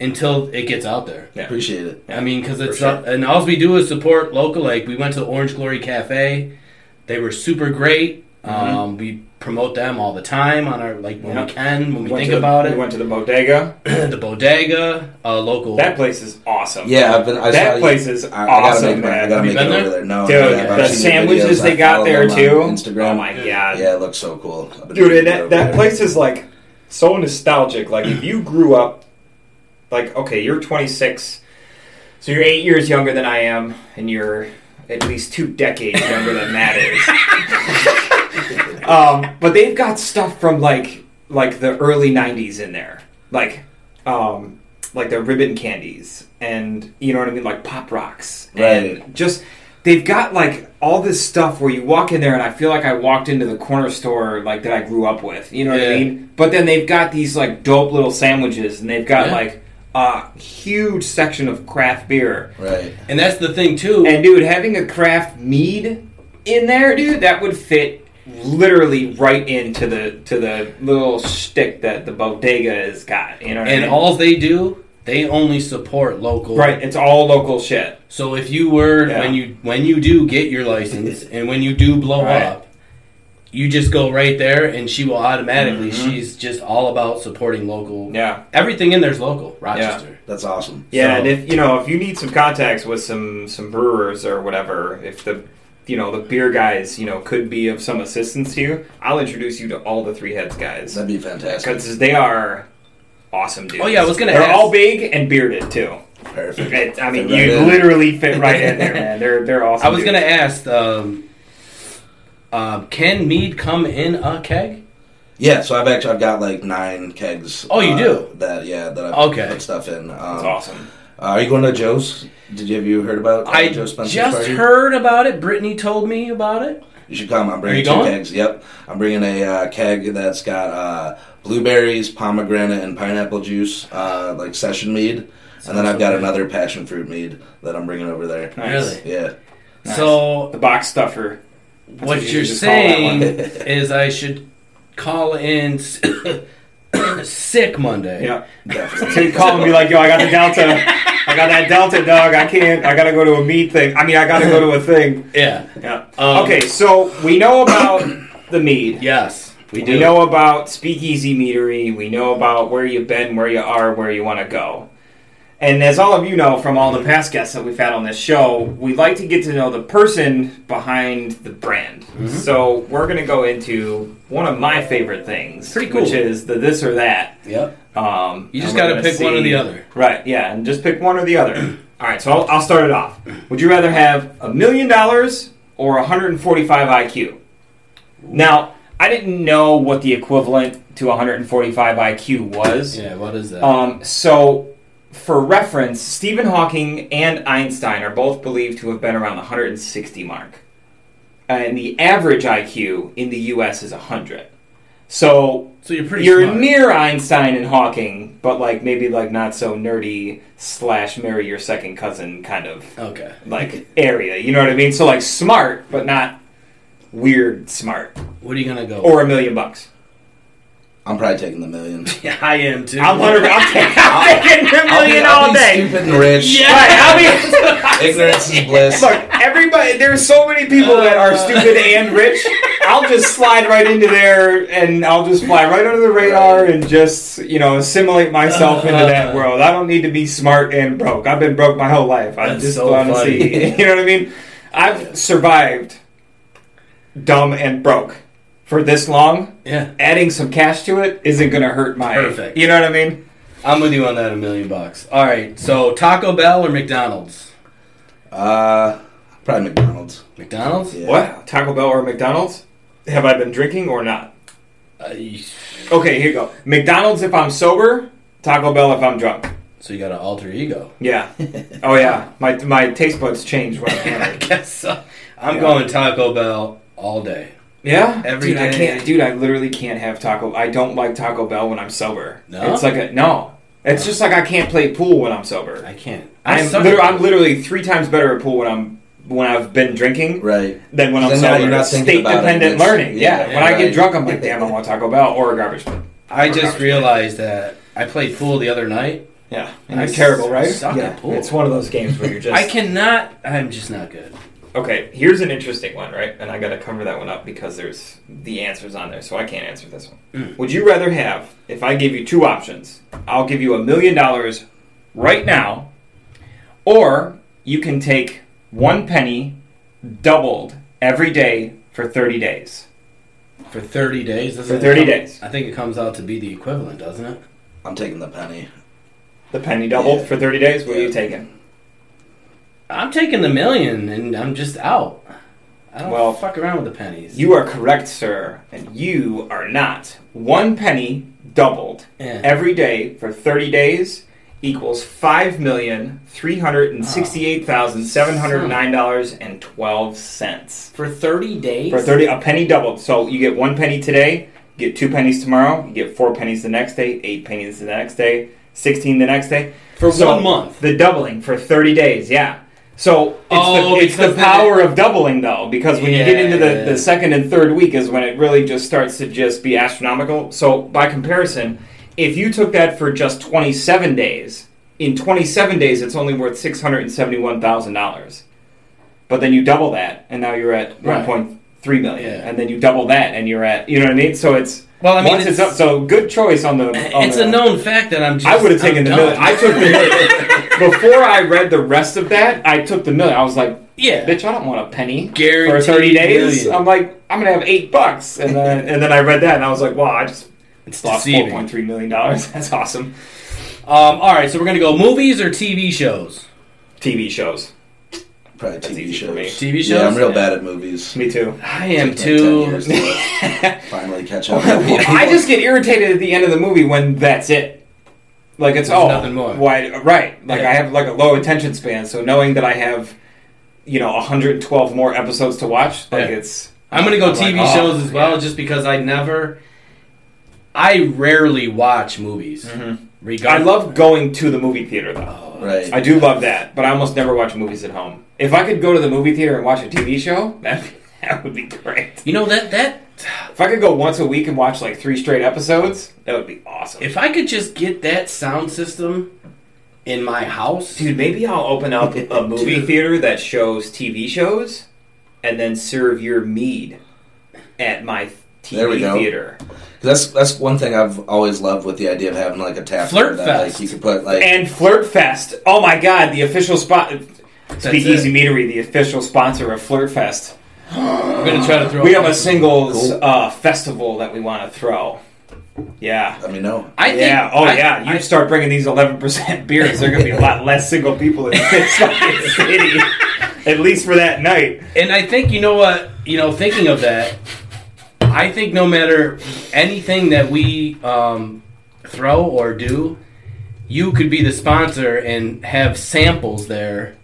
Speaker 1: until it gets out there.
Speaker 2: Yeah.
Speaker 3: Appreciate it.
Speaker 1: I mean, because it's
Speaker 2: For sure.
Speaker 1: uh, and all we do is support local. Like we went to Orange Glory Cafe, they were super great. Um, we promote them all the time on our like when
Speaker 2: Mm-hmm. Yeah.
Speaker 1: we can when we
Speaker 2: Went
Speaker 1: think
Speaker 2: to the-
Speaker 1: about
Speaker 2: We
Speaker 1: it.
Speaker 2: went to the bodega.
Speaker 1: the bodega, uh, local.
Speaker 2: That place is awesome.
Speaker 3: Yeah, I've been. I
Speaker 2: That
Speaker 3: saw you-
Speaker 2: place is
Speaker 3: I, I gotta
Speaker 2: awesome,
Speaker 3: make, my, I
Speaker 2: man.
Speaker 3: gotta
Speaker 1: Have you
Speaker 3: make it
Speaker 1: been
Speaker 3: over
Speaker 1: there?
Speaker 3: there. No,
Speaker 2: Dude,
Speaker 3: I have. I've
Speaker 2: the
Speaker 3: seen
Speaker 2: sandwiches
Speaker 3: videos.
Speaker 2: they
Speaker 3: I
Speaker 2: got
Speaker 3: follow
Speaker 2: there
Speaker 3: them on
Speaker 2: too.
Speaker 3: Instagram.
Speaker 2: Oh my god,
Speaker 3: Yeah, it looks so cool, I've been
Speaker 2: dude! And
Speaker 3: meaning to
Speaker 2: that,
Speaker 3: go
Speaker 2: that
Speaker 3: there.
Speaker 2: place is like so nostalgic. Like if you grew up, like okay, you're 26, so you're eight years younger than I am, and you're at least two decades younger than that is. um, but they've got stuff from like like the early '90s in there, like um, like the ribbon candies, and you know what I mean, like pop rocks,
Speaker 3: Right.
Speaker 2: and just they've got like all this stuff where you walk in there, and I feel like I walked into the corner store like that I grew up with. You know what I
Speaker 1: Yeah.
Speaker 2: mean? But then they've got these like dope little sandwiches, and they've got
Speaker 1: Yeah.
Speaker 2: like a huge section of craft beer.
Speaker 3: Right.
Speaker 1: and that's the thing too.
Speaker 2: And dude, having a craft mead in there, dude, that would fit literally right into the to the little shtick that the bodega has got. You know what I
Speaker 1: and
Speaker 2: mean?
Speaker 1: all they do, they only support local.
Speaker 2: right, it's all local shit.
Speaker 1: So if you were
Speaker 2: Yeah.
Speaker 1: when you when you do get your license and when you do blow
Speaker 2: Right.
Speaker 1: up, you just go right there, and she will automatically.
Speaker 2: Mhm.
Speaker 1: She's just all about supporting local.
Speaker 2: Yeah.
Speaker 1: Everything in there's local. Rochester.
Speaker 3: That's awesome.
Speaker 2: Yeah,
Speaker 1: So-
Speaker 2: and if you know, if you need some contacts with some some brewers or whatever, if the you know the beer guys you know could be of some assistance to you, I'll introduce you to all the three heads guys
Speaker 3: That'd be fantastic.
Speaker 2: because they are awesome dudes.
Speaker 1: Oh, yeah, I was gonna
Speaker 2: They're
Speaker 1: ask-
Speaker 2: all big and bearded too.
Speaker 3: Perfect.
Speaker 2: It, I mean,
Speaker 3: Fit right
Speaker 2: you
Speaker 3: in.
Speaker 2: literally fit right in there, man. They're they're awesome.
Speaker 1: I was
Speaker 2: dudes.
Speaker 1: gonna ask. Um, uh, can mead come in a keg?
Speaker 3: Yeah, so I've actually I've got like nine kegs.
Speaker 1: Oh, you
Speaker 3: uh,
Speaker 1: do?
Speaker 3: That yeah, that I've
Speaker 1: Okay.
Speaker 3: put stuff in. Um,
Speaker 2: That's awesome.
Speaker 3: uh, are you going to Joe's? Did you have you heard about uh,
Speaker 1: I
Speaker 3: Joe Spencer's
Speaker 1: just
Speaker 3: party?
Speaker 1: heard about it. Brittany told me about it.
Speaker 3: You should come. I'm bringing
Speaker 1: you
Speaker 3: two
Speaker 1: going?
Speaker 3: kegs. Yep, I'm bringing a uh, keg that's got uh, blueberries, pomegranate, and pineapple juice, uh, like session mead, and then I've got another passion fruit mead that I'm bringing over there.
Speaker 1: Really?
Speaker 3: Yeah,
Speaker 2: Nice.
Speaker 1: So
Speaker 2: The box stuffer.
Speaker 1: what
Speaker 2: what you
Speaker 1: you're
Speaker 2: just call that
Speaker 1: saying
Speaker 2: one.
Speaker 1: is I should call in s- sick Monday.
Speaker 2: Yeah.
Speaker 3: definitely.
Speaker 2: So you call and be like, "Yo, I got the Delta. I got that Delta, dog. I can't. I gotta go to a meet thing. I mean, I gotta go to a thing."
Speaker 1: Yeah.
Speaker 2: Yeah.
Speaker 1: Um,
Speaker 2: okay, so we know about the mead.
Speaker 1: Yes. We
Speaker 2: We
Speaker 1: do.
Speaker 2: know about Speakeasy Meadery. We know about where you've been, where you are, where you want to go. And as all of you know from all the past guests that we've had on this show, we like to get to know the person behind the brand.
Speaker 1: Mm-hmm.
Speaker 2: So we're going to go into one of my favorite things,
Speaker 1: Pretty cool.
Speaker 2: which is the this or that.
Speaker 1: Yep.
Speaker 2: Um,
Speaker 1: You just
Speaker 2: and we're
Speaker 1: gotta
Speaker 2: gonna
Speaker 1: pick one or the other.
Speaker 2: Right, yeah, and just pick one or the other. All right, so I'll, I'll start it off. Would you rather have a million dollars or 145 IQ? Now, I didn't know what the equivalent to 145 IQ was.
Speaker 1: Yeah. What is that?
Speaker 2: Um, so, for reference, Stephen Hawking and Einstein are both believed to have been around the 160 mark. And the average IQ in the US is 100. So,
Speaker 1: so you're pretty.
Speaker 2: you're
Speaker 1: smart.
Speaker 2: near Einstein and Hawking, but like maybe like not so nerdy slash marry your second cousin kind of
Speaker 1: Okay.
Speaker 2: like area. You know what I mean? So like smart, but not weird smart.
Speaker 1: What are you gonna go?
Speaker 2: Or a million bucks.
Speaker 3: I'm probably taking the million.
Speaker 1: yeah, I am too.
Speaker 2: I'm hundred. I'm, taking- I'm taking a
Speaker 3: I'll be-
Speaker 2: million
Speaker 3: I'll
Speaker 2: all
Speaker 3: be
Speaker 2: day.
Speaker 3: Stupid and rich.
Speaker 1: Yeah.
Speaker 2: Right, I mean,
Speaker 3: Ignorance is bliss.
Speaker 2: look, everybody. There's so many people that are stupid and rich. I'll just slide right into there, and I'll just fly right under the radar, and just you know assimilate myself into that world. I don't need to be smart and broke. I've been broke my whole life. I
Speaker 1: That's
Speaker 2: just
Speaker 1: so
Speaker 2: want to
Speaker 1: funny.
Speaker 2: see. You know what I mean? I've survived dumb and broke for this long.
Speaker 1: yeah,
Speaker 2: Adding some cash to it isn't going to hurt my.
Speaker 1: Perfect.
Speaker 2: You know what I mean?
Speaker 1: I'm with you on that. A million bucks. All right. So Taco Bell or McDonald's?
Speaker 3: Uh, probably McDonald's.
Speaker 1: McDonald's.
Speaker 3: Yeah.
Speaker 2: What? Taco Bell or McDonald's? Have I been drinking or not?
Speaker 1: Uh, you-
Speaker 2: Okay, here you go. McDonald's if I'm sober, Taco Bell if I'm drunk.
Speaker 1: so you got an alter ego.
Speaker 2: Yeah. Oh yeah. My my taste buds change when I'm
Speaker 1: I
Speaker 2: hammered.
Speaker 1: guess so. I'm
Speaker 2: Yeah.
Speaker 1: going Taco Bell all day.
Speaker 2: Yeah.
Speaker 1: Every
Speaker 2: dude, I
Speaker 1: day.
Speaker 2: can't. Dude, I literally can't have Taco. I don't like Taco Bell when I'm sober.
Speaker 1: No?
Speaker 2: It's like a no. It's just like I can't play pool when I'm sober.
Speaker 1: I can't. I
Speaker 2: I'm
Speaker 1: suck
Speaker 2: literally,
Speaker 1: at
Speaker 2: I'm literally three times better at pool when I'm when I've been drinking
Speaker 3: Right.
Speaker 2: than when I'm
Speaker 3: Then now
Speaker 2: sober.
Speaker 3: you're not thinking
Speaker 2: State
Speaker 3: about it.
Speaker 2: dependent
Speaker 3: It's-
Speaker 2: learning.
Speaker 3: yeah,
Speaker 2: Yeah. When I
Speaker 3: right.
Speaker 2: get drunk, I'm like, damn, I want Taco Bell or a garbage bin.
Speaker 1: I just realized that I played pool the other night.
Speaker 2: Yeah.
Speaker 1: I
Speaker 2: And it's terrible,
Speaker 1: s-
Speaker 2: right?
Speaker 1: suck
Speaker 2: yeah.
Speaker 1: at pool.
Speaker 2: It's one of those games where you're just
Speaker 1: I cannot. I'm just not good.
Speaker 2: Okay, here's an interesting one, right? And I got to cover that one up because there's the answers on there, so I can't answer this one.
Speaker 1: Mm.
Speaker 2: Would you rather have, if I give you two options, I'll give you a million dollars right now, or you can take one penny doubled every day for 30 days?
Speaker 1: For 30 days. doesn't
Speaker 2: For
Speaker 1: it
Speaker 2: 30
Speaker 1: come-
Speaker 2: days.
Speaker 1: I think it comes out to be the equivalent, doesn't it?
Speaker 3: I'm taking the penny.
Speaker 2: The penny doubled
Speaker 3: Yeah.
Speaker 2: for 30 days? What are you
Speaker 3: Yeah.
Speaker 2: taking?
Speaker 1: I'm taking the million and I'm just out. I don't
Speaker 2: Well,
Speaker 1: fuck around with the pennies.
Speaker 2: You are correct, sir, and you are not. One penny doubled
Speaker 1: Yeah.
Speaker 2: every day for 30 days equals five million three hundred and sixty-eight thousand seven hundred nine dollars and twelve cents
Speaker 1: for 30 days?
Speaker 2: for 30 a penny doubled so you get one penny today you get two pennies tomorrow you get four pennies the next day eight pennies the next day 16 the next day
Speaker 1: For
Speaker 2: So,
Speaker 1: one month.
Speaker 2: the doubling for 30 days yeah so it's,
Speaker 1: Oh,
Speaker 2: the, it's the
Speaker 1: because the-
Speaker 2: power of doubling though because when you get into the,
Speaker 1: Yeah.
Speaker 2: the second and third week is when it really just starts to just be astronomical so by comparison if you took that for just 27 days in 27 days it's only worth $671000 but then you double that and now you're at
Speaker 1: Right.
Speaker 2: 1.3 million
Speaker 1: Yeah.
Speaker 2: and then you double that and you're at you know what i mean so it's
Speaker 1: Well, I mean,
Speaker 2: once it's,
Speaker 1: it's-
Speaker 2: up so good choice on the on
Speaker 1: It's
Speaker 2: the,
Speaker 1: a known fact that I'm just.
Speaker 2: I would have taken
Speaker 1: I'm
Speaker 2: the
Speaker 1: done.
Speaker 2: million. I took the before I read the rest of that. I took the million. I was like,
Speaker 1: Yeah.
Speaker 2: "Bitch, I don't want a penny
Speaker 1: Guaranteed
Speaker 2: for thirty days."
Speaker 1: million.
Speaker 2: I'm like, "I'm gonna have eight bucks," and then and then I read that and I was like, "Wow, I just
Speaker 1: It's
Speaker 2: lost four
Speaker 1: deceiving.
Speaker 2: point three million dollars. That's awesome."
Speaker 1: Um, all right, so we're going to go movies or TV shows?
Speaker 2: TV shows,
Speaker 3: Probably TV
Speaker 2: easy
Speaker 3: shows.
Speaker 2: for me.
Speaker 1: TV
Speaker 3: Yeah, I'm
Speaker 1: shows?
Speaker 3: real
Speaker 1: Yeah.
Speaker 3: bad at movies.
Speaker 2: me too.
Speaker 1: I am
Speaker 3: Took me 10
Speaker 1: too.
Speaker 3: years to finally catch up.
Speaker 2: I just get irritated at the end of the movie when that's it. Like it's
Speaker 1: There's
Speaker 2: oh,
Speaker 1: nothing more.
Speaker 2: Why, right? Like
Speaker 1: Yeah.
Speaker 2: I have like a low attention span, so knowing that I have, you know, 112 more episodes to watch, like
Speaker 1: Yeah.
Speaker 2: it's.
Speaker 1: I'm gonna go
Speaker 2: I'm like,
Speaker 1: TV
Speaker 2: oh,
Speaker 1: shows as well,
Speaker 2: yeah.
Speaker 1: just because I never, I rarely watch movies.
Speaker 2: Mm-hmm. I
Speaker 1: Regardless, Oh,
Speaker 2: love going to the movie theater though.
Speaker 3: right.
Speaker 2: I do love that, but I almost never watch movies at home. If I could go to the movie theater and watch a TV show, that that would be great.
Speaker 1: You know that that
Speaker 2: If I could go once a week and watch like three straight episodes, that would be awesome.
Speaker 1: if I could just get that sound system in my house,
Speaker 2: Dude, maybe I'll open up a movie theater that shows TV shows and then serve your mead at my TV
Speaker 3: There we go.
Speaker 2: theater.
Speaker 3: 'Cause That's that's one thing I've always loved with the idea of having like a tap
Speaker 1: Flirt
Speaker 3: that like
Speaker 1: fest.
Speaker 3: you could put like
Speaker 2: And Flirt Fest. Oh my God, the official spot. Speakeasy
Speaker 1: it.
Speaker 2: Meadery, the official sponsor of Flirt Fest.
Speaker 1: I'm gonna try to throw.
Speaker 2: We have a singles
Speaker 3: Cool.
Speaker 2: uh, festival that we want to throw. Yeah.
Speaker 3: let me know.
Speaker 1: I think,
Speaker 2: yeah. Oh,
Speaker 1: I-
Speaker 2: yeah. You
Speaker 1: I-
Speaker 2: start bringing these 11% beers, there are going to be a lot less single people in this fucking city, at least for that night.
Speaker 1: and I think you know what you know. Thinking of that, I think no matter anything that we um, throw or do, you could be the sponsor and have samples there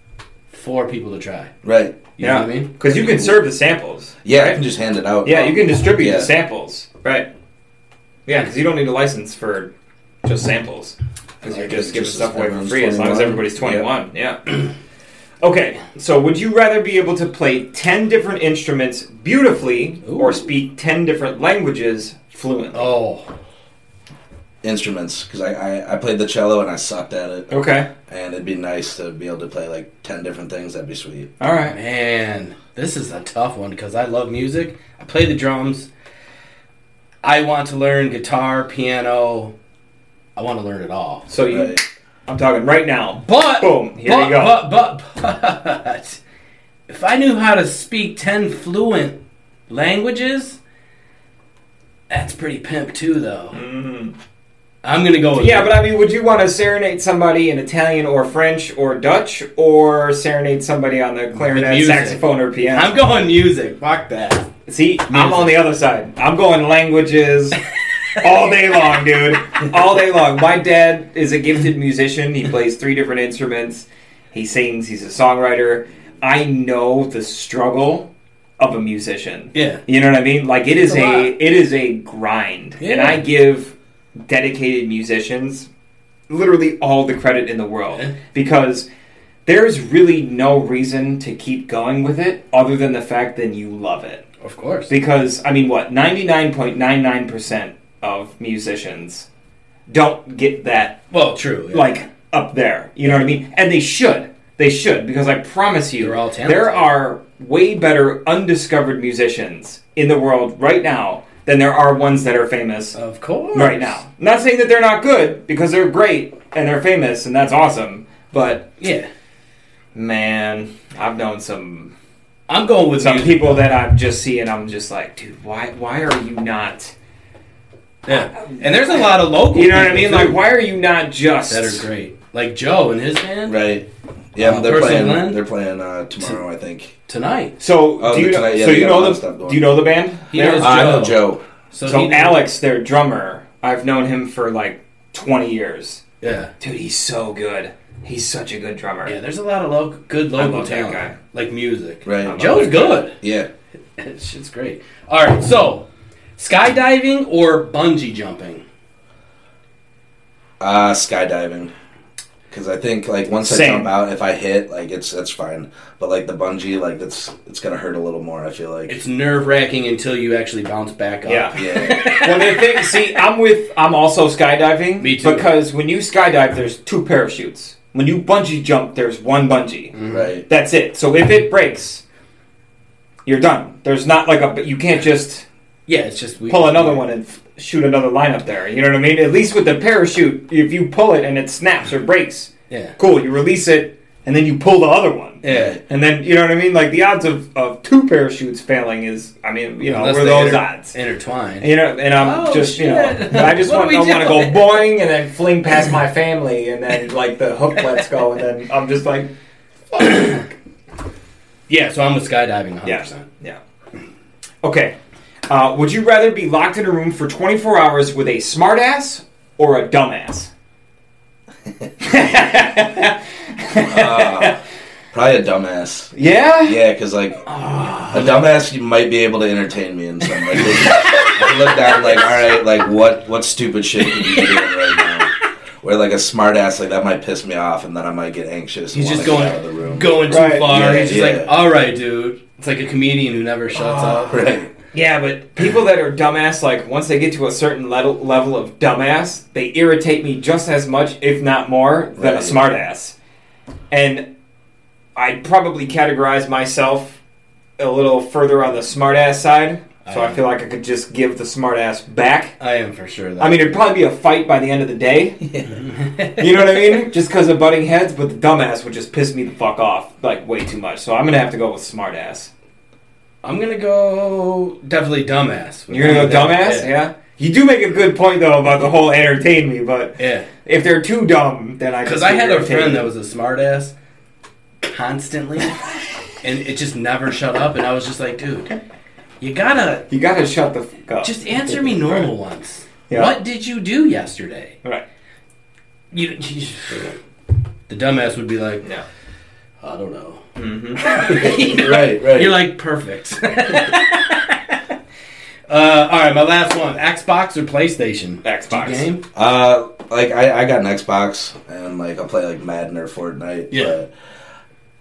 Speaker 1: for people to try.
Speaker 3: Right.
Speaker 1: You know what I mean?
Speaker 2: Because you can serve the samples.
Speaker 3: Yeah, I
Speaker 2: right?
Speaker 3: can just hand it out.
Speaker 2: Yeah, you can distribute
Speaker 3: Yeah.
Speaker 2: the samples, right? Yeah, because you don't need a license for just samples, because you're
Speaker 3: Right,
Speaker 2: just
Speaker 3: 'cause
Speaker 2: giving
Speaker 3: just
Speaker 2: stuff away for
Speaker 3: everyone's
Speaker 2: free as long as
Speaker 3: 21.
Speaker 2: everybody's twenty-one. Yeah. okay, so would you rather be able to play ten different instruments beautifully or
Speaker 1: Ooh.
Speaker 2: speak ten different languages fluently?
Speaker 1: Oh,
Speaker 3: instruments because I, I I played the cello and I sucked at it,
Speaker 2: Okay.
Speaker 3: and it'd be nice to be able to play like ten different things. That'd be sweet.
Speaker 2: All right.
Speaker 1: man, this is a tough one because I love music. I play the drums. I want to learn guitar, piano. I want to learn it all.
Speaker 2: So you,
Speaker 3: Right.
Speaker 2: I'm talking right now.
Speaker 1: But
Speaker 2: Boom, here
Speaker 1: but,
Speaker 2: you go.
Speaker 1: But, but but if I knew how to speak ten fluent languages, that's pretty pimp too, though.
Speaker 2: Mm-hmm.
Speaker 1: I'm gonna go with
Speaker 2: Mm. Yeah, but I mean, would you want to serenade somebody in Italian or French or Dutch, or serenade somebody on the clarinet,
Speaker 1: music.
Speaker 2: saxophone, or piano?
Speaker 1: I'm going music. Fuck that.
Speaker 2: See, I'm on the other side. I'm going languages all day long, dude. All day long. My dad is a gifted musician. He plays three different instruments. He sings. He's a songwriter. I know the struggle of a musician.
Speaker 1: Yeah.
Speaker 2: You know what I mean? Like it is
Speaker 1: a
Speaker 2: a,
Speaker 1: lot.
Speaker 2: it is a grind. And
Speaker 1: Yeah.
Speaker 2: I give dedicated musicians literally all the credit in the world
Speaker 1: Yeah.
Speaker 2: because there's really no reason to keep going with it other than the fact that you love it.
Speaker 1: Of course.
Speaker 2: Because I mean, what ninety nine point nine nine percent of musicians don't get that
Speaker 1: Well, true. yeah.
Speaker 2: like up there. You know what I mean? And they should. They should because I promise you,
Speaker 1: They're all talented.
Speaker 2: there are way better undiscovered musicians in the world right now than there are ones that are famous
Speaker 1: of course.
Speaker 2: right now. Not saying that they're not good because they're great and they're famous and that's awesome. But
Speaker 1: Yeah.
Speaker 2: man, I've known some
Speaker 1: I'm going with
Speaker 2: some
Speaker 1: music.
Speaker 2: people that I just see and I'm just like, dude, why why are you not?
Speaker 1: Yeah. And there's a lot of local.
Speaker 2: You know what I mean?
Speaker 1: people,
Speaker 2: Like,
Speaker 1: too,
Speaker 2: why are you not just?
Speaker 1: that are great. Like Joe and his band
Speaker 3: Right. Yeah,
Speaker 1: Uh,
Speaker 3: they're
Speaker 1: Personal
Speaker 3: playing.
Speaker 1: Blend?
Speaker 3: They're playing uh, tomorrow, I think.
Speaker 1: tonight.
Speaker 2: So
Speaker 3: Oh,
Speaker 2: do you know?
Speaker 3: tonight, yeah,
Speaker 2: so
Speaker 3: they
Speaker 2: you
Speaker 3: got a lot
Speaker 2: know
Speaker 3: of
Speaker 2: the?
Speaker 3: stuff going
Speaker 2: Do you know the band?
Speaker 1: He
Speaker 2: There?
Speaker 1: knows
Speaker 3: I
Speaker 1: Joe.
Speaker 3: know Uh, Joe.
Speaker 1: So,
Speaker 2: so
Speaker 1: he-
Speaker 2: Alex, their drummer, I've known him for like 20 years.
Speaker 1: Yeah.
Speaker 2: Dude, he's so good. He's such a good drummer.
Speaker 1: Yeah. There's a lot of local, good
Speaker 2: I
Speaker 1: local
Speaker 2: love that
Speaker 1: talent.
Speaker 2: guy.
Speaker 1: Like music.
Speaker 3: Right.
Speaker 2: I'm
Speaker 1: Joe's
Speaker 2: Another
Speaker 1: good.
Speaker 3: Yeah.
Speaker 1: That shit's great. All right, so skydiving or bungee jumping?
Speaker 3: Uh, skydiving. Because I think like once
Speaker 2: Same.
Speaker 3: I jump out, if I hit, like it's that's fine. But like the bungee, like that's it's gonna hurt a little more. I feel like.
Speaker 1: It's nerve wracking until you actually bounce back up.
Speaker 2: Yeah.
Speaker 3: yeah.
Speaker 2: well, the thing, see, I'm with. I'm also skydiving.
Speaker 1: Me too.
Speaker 2: Because when you skydive, there's two parachutes. When you bungee jump, there's one bungee.
Speaker 1: Mm. Mm-hmm.
Speaker 3: right.
Speaker 2: That's it. So if it breaks, you're done. There's not like a. but You can't just
Speaker 1: yeah. It's just we,
Speaker 2: pull another one and f- shoot another line up there. You know what I mean? At least with the parachute, if you pull it and it snaps or breaks,
Speaker 1: Yeah,
Speaker 2: cool. You release it and then you pull the other one.
Speaker 1: yeah.
Speaker 2: And then you know what I mean? Like the odds of, of two parachutes failing is, I mean, you know,
Speaker 1: Unless
Speaker 2: were
Speaker 1: they
Speaker 2: those
Speaker 1: inter-
Speaker 2: odds?
Speaker 1: intertwined.
Speaker 2: You know, and I'm
Speaker 1: Oh,
Speaker 2: just you
Speaker 1: shit.
Speaker 2: know, I just
Speaker 1: What
Speaker 2: want
Speaker 1: are
Speaker 2: I
Speaker 1: we
Speaker 2: want to go
Speaker 1: doing?
Speaker 2: boing and then fling past my family and then like the hook lets go and then I'm just like,
Speaker 1: yeah, so I'm with skydiving 100.
Speaker 2: yeah,
Speaker 1: percent
Speaker 2: yeah. Okay, uh, would you rather be locked in a room for 24 hours with a smartass or a dumbass?
Speaker 3: Uh, probably a dumbass.
Speaker 2: Yeah.
Speaker 3: Yeah, because like
Speaker 1: Ah.
Speaker 3: a dumbass, you might be able to entertain me in some way. I look down like, all right, like what what stupid shit could you be doing right now? Where like a smartass like that might piss me off, and then I might get anxious. and
Speaker 1: He's just
Speaker 3: wanna
Speaker 1: going
Speaker 3: get out of the room.
Speaker 1: going too
Speaker 2: Right,
Speaker 1: far.
Speaker 2: yeah, Ah.
Speaker 1: He's just
Speaker 3: yeah.
Speaker 1: like, all right, dude. It's like a comedian who never shuts up.
Speaker 3: right.
Speaker 2: Yeah, but people that are dumbass, like once they get to a certain level level of dumbass, they irritate me just as much, if not more, than a
Speaker 3: Right.
Speaker 2: smartass. And I'd probably categorize myself a little further on the smartass side. So I feel like I could just give the smart ass back.
Speaker 1: I am for sure. Though.
Speaker 2: I mean, it'd probably be a fight by the end of the day. You know what I mean? Just because of butting heads, but the dumbass would just piss me the fuck off like way too much. So I'm gonna have to go with smart ass.
Speaker 1: I'm gonna go definitely dumbass.
Speaker 2: You're gonna go dumbass, yeah. You do make a good point though about the whole entertain me, but
Speaker 1: yeah.
Speaker 2: if they're too dumb, then I
Speaker 1: Because
Speaker 2: just
Speaker 1: I
Speaker 2: do
Speaker 1: had a
Speaker 2: entertain
Speaker 1: friend that
Speaker 2: them.
Speaker 1: was a smartass constantly, and it just never shut up. And I was just like, dude, you gotta
Speaker 2: You gotta shut the fuck up.
Speaker 1: just answer me normal once.
Speaker 2: Yeah.
Speaker 1: What did you do yesterday?
Speaker 2: Right.
Speaker 1: You, you- the dumbass would be like,
Speaker 2: No.
Speaker 1: I don't know.
Speaker 3: Right, right.
Speaker 1: You're like perfect. uh, all right, my last one: Xbox or PlayStation?
Speaker 2: Xbox.
Speaker 1: Game?
Speaker 3: Uh, like I, I got an Xbox and like I play like Madden or Fortnite.
Speaker 1: Yeah.
Speaker 3: But,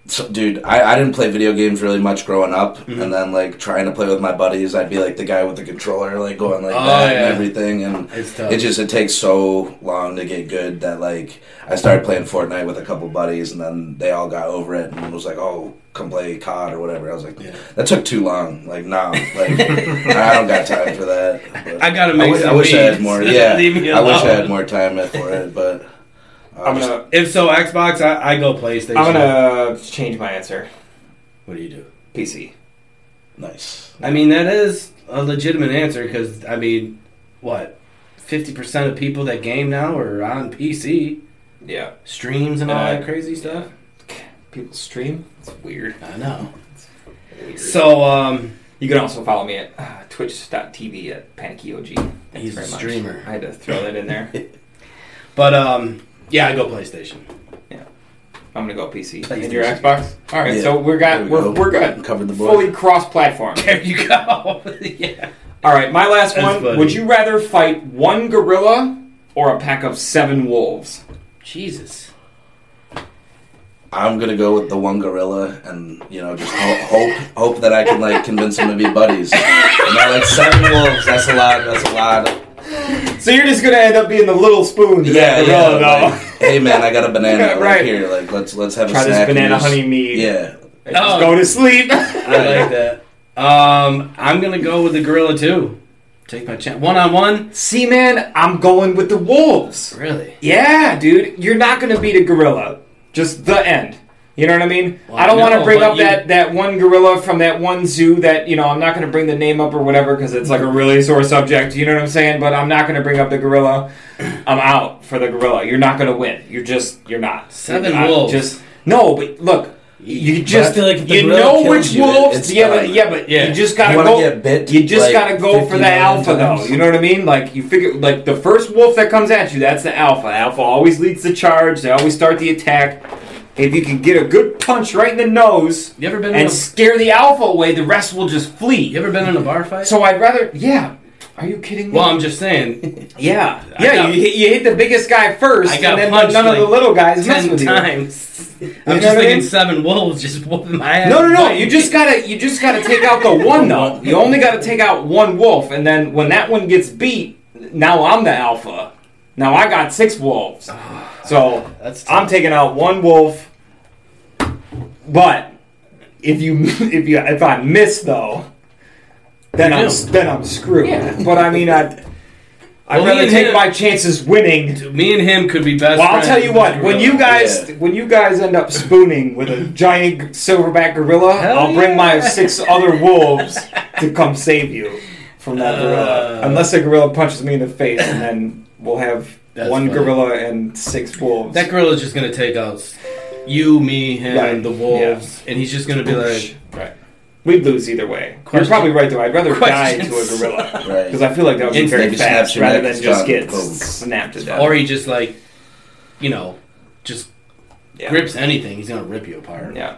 Speaker 3: so, dude, I, I didn't play video games really much growing up,
Speaker 1: Mm-hmm.
Speaker 3: and then like trying to play with my buddies, I'd be like the guy with the controller, like going like
Speaker 1: Oh,
Speaker 3: that
Speaker 1: yeah.
Speaker 3: and everything, and
Speaker 1: It's tough.
Speaker 3: it just it takes so long to get good that like I started playing Fortnite with a couple buddies, and then they all got over it and was like, oh, come play COD or whatever. I was like,
Speaker 1: Yeah.
Speaker 3: that took too long. Like, no, like I don't got time for that. But-
Speaker 1: I gotta make.
Speaker 3: I wish,
Speaker 1: some
Speaker 3: I wish I had
Speaker 1: beats.
Speaker 3: more. Yeah,
Speaker 1: Leave me
Speaker 3: I wish I
Speaker 1: alone.
Speaker 3: had more time for it, but uh,
Speaker 2: I'm gonna
Speaker 1: If so, Xbox, I, I go PlayStation.
Speaker 2: I'm gonna change my answer.
Speaker 1: What do you do?
Speaker 2: PC.
Speaker 3: nice.
Speaker 1: I mean, that is a legitimate answer because I mean, what, fifty percent of people that game now are on PC
Speaker 2: Yeah.
Speaker 1: streams and all
Speaker 2: Uh,
Speaker 1: that crazy stuff.
Speaker 2: People stream. It's weird.
Speaker 1: I know.
Speaker 2: Weird.
Speaker 1: So um,
Speaker 2: You can also follow me at uh, twitch.tv at PanickyOG. Thanks
Speaker 1: He's
Speaker 2: very
Speaker 1: a
Speaker 2: much.
Speaker 1: streamer.
Speaker 2: I had to throw that in there.
Speaker 1: but um, yeah, I go PlayStation.
Speaker 2: I'm gonna go PC.
Speaker 1: PlayStation.
Speaker 4: And your Xbox. All right,
Speaker 3: Yeah,
Speaker 4: so we're got
Speaker 3: there we
Speaker 4: we are
Speaker 3: go.
Speaker 4: we're good.
Speaker 3: Covered the
Speaker 4: Fully
Speaker 3: board.
Speaker 4: cross-platform.
Speaker 1: There you go. yeah.
Speaker 2: All right, my last
Speaker 1: That's
Speaker 2: one.
Speaker 1: funny.
Speaker 2: Would you rather fight one gorilla or a pack of seven wolves?
Speaker 1: Jesus.
Speaker 3: I'm gonna go with the one gorilla, and you know, just ho- hope hope that I can like convince him to be buddies. And I like seven wolves. That's a lot. That's a lot.
Speaker 2: So you're just gonna end up being the little spoon to
Speaker 3: Yeah,
Speaker 2: that gorilla,
Speaker 3: yeah.
Speaker 2: though.
Speaker 3: like, hey man, I got a banana
Speaker 2: Yeah,
Speaker 3: right.
Speaker 2: oh, right.
Speaker 3: here. Like let's let's have
Speaker 2: Try
Speaker 3: a
Speaker 2: this
Speaker 3: snack. and
Speaker 2: banana
Speaker 3: just-
Speaker 2: honey mead.
Speaker 3: Yeah.
Speaker 2: And Just
Speaker 1: Oh.
Speaker 2: go to sleep.
Speaker 1: I like that. Um, I'm gonna go with the Gorilla too. Take my chance. One on one.
Speaker 2: See, man, I'm going with the wolves.
Speaker 1: Really?
Speaker 2: Yeah, dude, you're not gonna beat a gorilla. Just the end. You know what I mean?
Speaker 1: Well,
Speaker 2: I don't want
Speaker 1: no,
Speaker 2: to bring
Speaker 1: but
Speaker 2: up
Speaker 1: you-
Speaker 2: that that one gorilla from that one zoo that you know I'm not gonna bring the name up or whatever because it's like a really sore subject. You know what I'm saying? But I'm not gonna bring up the gorilla. I'm out for the gorilla. You're not gonna win. You're just you're not
Speaker 1: Seven
Speaker 2: I'm
Speaker 1: wolves.
Speaker 2: Just no, but look. You
Speaker 1: But
Speaker 2: just
Speaker 1: I feel like if the
Speaker 2: you
Speaker 1: gorilla
Speaker 2: know
Speaker 3: kills
Speaker 2: which
Speaker 3: you, it-
Speaker 2: wolves
Speaker 3: it's
Speaker 2: yeah but
Speaker 3: done.
Speaker 2: yeah but
Speaker 1: Yeah.
Speaker 2: you just
Speaker 3: You
Speaker 2: gotta
Speaker 3: wanna
Speaker 2: go
Speaker 3: get bit,
Speaker 2: you just
Speaker 3: like,
Speaker 2: gotta go for
Speaker 3: 50
Speaker 2: the
Speaker 3: million
Speaker 2: alpha though
Speaker 3: times?
Speaker 2: you know what I mean like you figure like the first wolf that comes at you that's the alpha alpha always leads the charge they always start the attack if you can get a good punch right in the nose
Speaker 1: You ever been? In
Speaker 2: and
Speaker 1: a,
Speaker 2: scare the alpha away the rest will just
Speaker 1: you
Speaker 2: flee
Speaker 1: ever been in a bar fight?
Speaker 2: so I'd rather yeah are you kidding me
Speaker 1: well, I'm just saying.
Speaker 2: yeah
Speaker 1: I
Speaker 2: yeah
Speaker 1: got-
Speaker 2: you, hit, you hit the biggest guy first
Speaker 1: I got
Speaker 2: and then
Speaker 1: punched,
Speaker 2: none of the
Speaker 1: like,
Speaker 2: little guys mess
Speaker 1: Ten
Speaker 2: with you.
Speaker 1: times. I'm
Speaker 2: know what I
Speaker 1: just thinking
Speaker 2: mean?
Speaker 1: seven wolves just whooping my ass.
Speaker 2: No, no, no! You just gotta, you just gotta take out the one though. You only gotta take out one wolf, and then when that one gets beat, now I'm the alpha. Now I got six wolves, so
Speaker 1: That's tough.
Speaker 2: I'm taking out one wolf. But if you, if you, if I miss though, then
Speaker 1: You
Speaker 2: I'm,
Speaker 1: do.
Speaker 2: then I'm screwed. But I mean, I, I'd
Speaker 1: Well, me
Speaker 2: rather
Speaker 1: and
Speaker 2: take
Speaker 1: him-
Speaker 2: my chances winning
Speaker 1: Me and him could be best.
Speaker 2: well, I'll
Speaker 1: friends
Speaker 2: tell you
Speaker 1: with
Speaker 2: what.
Speaker 1: the
Speaker 2: When
Speaker 1: gorilla.
Speaker 2: you guys,
Speaker 3: Yeah.
Speaker 2: when you guys end up spooning with a giant g- silverback gorilla,
Speaker 1: Hell
Speaker 2: I'll bring my
Speaker 1: yeah.
Speaker 2: six other wolves to come save you from that gorilla.
Speaker 1: Uh.
Speaker 2: Unless the gorilla punches me in the face, and then we'll have
Speaker 1: That's
Speaker 2: one
Speaker 1: funny.
Speaker 2: gorilla and six wolves.
Speaker 1: that gorilla's just gonna take us, you, me, him,
Speaker 2: Right.
Speaker 1: the wolves, and he's just gonna be like,
Speaker 2: right. We'd lose either way.
Speaker 1: Question-
Speaker 2: You're probably right, though. I'd rather die to a
Speaker 1: Questions.
Speaker 2: gorilla
Speaker 3: Right.
Speaker 2: because I feel like that would be
Speaker 1: Instant
Speaker 2: very
Speaker 3: just snaps
Speaker 2: fast,
Speaker 3: your
Speaker 2: rather
Speaker 3: neck,
Speaker 2: than
Speaker 3: it's
Speaker 2: just
Speaker 3: done.
Speaker 2: get
Speaker 3: Boom.
Speaker 2: snapped to death.
Speaker 1: or he just like, you know, just
Speaker 2: yeah.
Speaker 1: grips anything. He's gonna rip you apart.
Speaker 2: Yeah.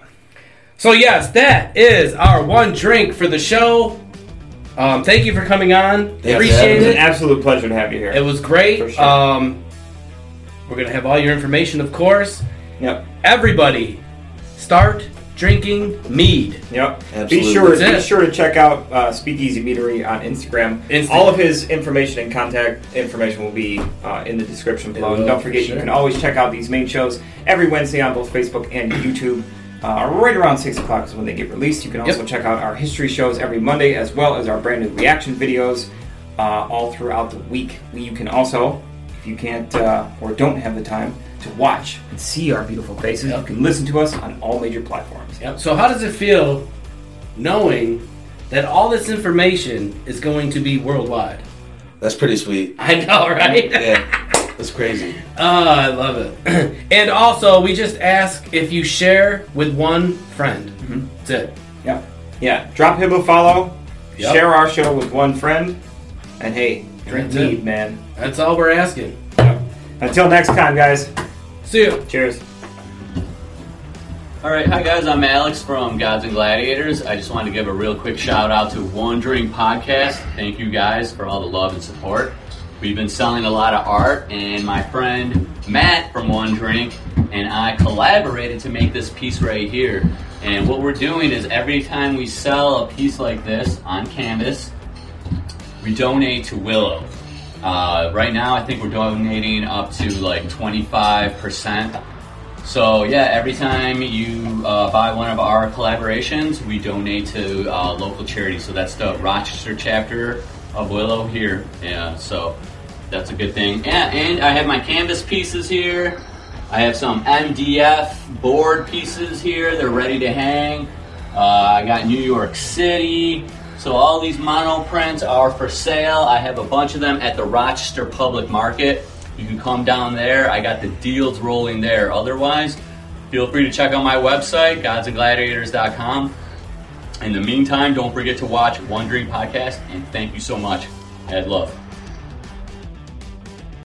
Speaker 1: So yes, that is our one drink for the show. Um, thank you for coming on.
Speaker 3: Yeah,
Speaker 1: Appreciate
Speaker 2: It's
Speaker 3: that
Speaker 1: it.
Speaker 2: an absolute pleasure to have you
Speaker 1: It
Speaker 2: here.
Speaker 1: was
Speaker 2: For
Speaker 1: great.
Speaker 2: sure.
Speaker 1: Um, we're gonna have all your information, of course.
Speaker 2: Yep.
Speaker 1: Everybody, start drinking mead.
Speaker 2: Yep.
Speaker 3: Absolutely.
Speaker 2: Be sure,
Speaker 1: That's
Speaker 2: be
Speaker 1: it.
Speaker 2: sure to check out uh, Speakeasy Meadery on Instagram.
Speaker 1: Instagram.
Speaker 2: All of his information and contact information will be uh, in the description below.
Speaker 1: will,
Speaker 2: And don't
Speaker 1: for
Speaker 2: forget,
Speaker 1: sure.
Speaker 2: you can always check out these main shows every Wednesday on both Facebook and YouTube. Uh, right around 6 o'clock is when they get released. You can also
Speaker 1: Yep.
Speaker 2: check out our history shows every Monday, as well as our brand new reaction videos uh, all throughout the week. You can also, if you can't uh, or don't have the time to watch and see our beautiful faces,
Speaker 1: Yep.
Speaker 2: you can listen to us on all major platforms.
Speaker 1: Yep. So how does it feel knowing that all this information is going to be worldwide?
Speaker 3: That's pretty sweet.
Speaker 1: I know, right?
Speaker 3: Yeah, that's crazy.
Speaker 1: Oh, I love it. and also, we just ask if you share with one friend. That's it.
Speaker 2: Yeah. Yeah. Drop him a follow,
Speaker 1: Yep.
Speaker 2: share our show with one friend, and hey, drink
Speaker 1: That's it.
Speaker 2: mead, man.
Speaker 1: That's all we're asking.
Speaker 2: Yep. Until next time, guys.
Speaker 1: See you.
Speaker 2: Cheers.
Speaker 5: All right, hi guys. I'm Alex from Gods and Gladiators. I just wanted to give a real quick shout out to Wandering Podcast. Thank you guys for all the love and support. We've been selling a lot of art, and my friend Matt from One Drink and I collaborated to make this piece right here. And what we're doing is every time we sell a piece like this on canvas, we donate to Willow. Uh, right now, I think we're donating up to like 25%. So, yeah, every time you uh, buy one of our collaborations, we donate to uh, local charities. So, that's the Rochester chapter of Willow here. Yeah, so that's a good thing. Yeah, and I have my canvas pieces here. I have some MDF board pieces here. They're ready to hang. Uh, I got New York City. So all these mono prints are for sale. I have a bunch of them at the Rochester Public Market. You can come down there. I got the deals rolling there. Otherwise, feel free to check out my website, godsandgladiators.com. In the meantime, don't forget to watch Wondering Podcast, and thank you so much. Ed Love.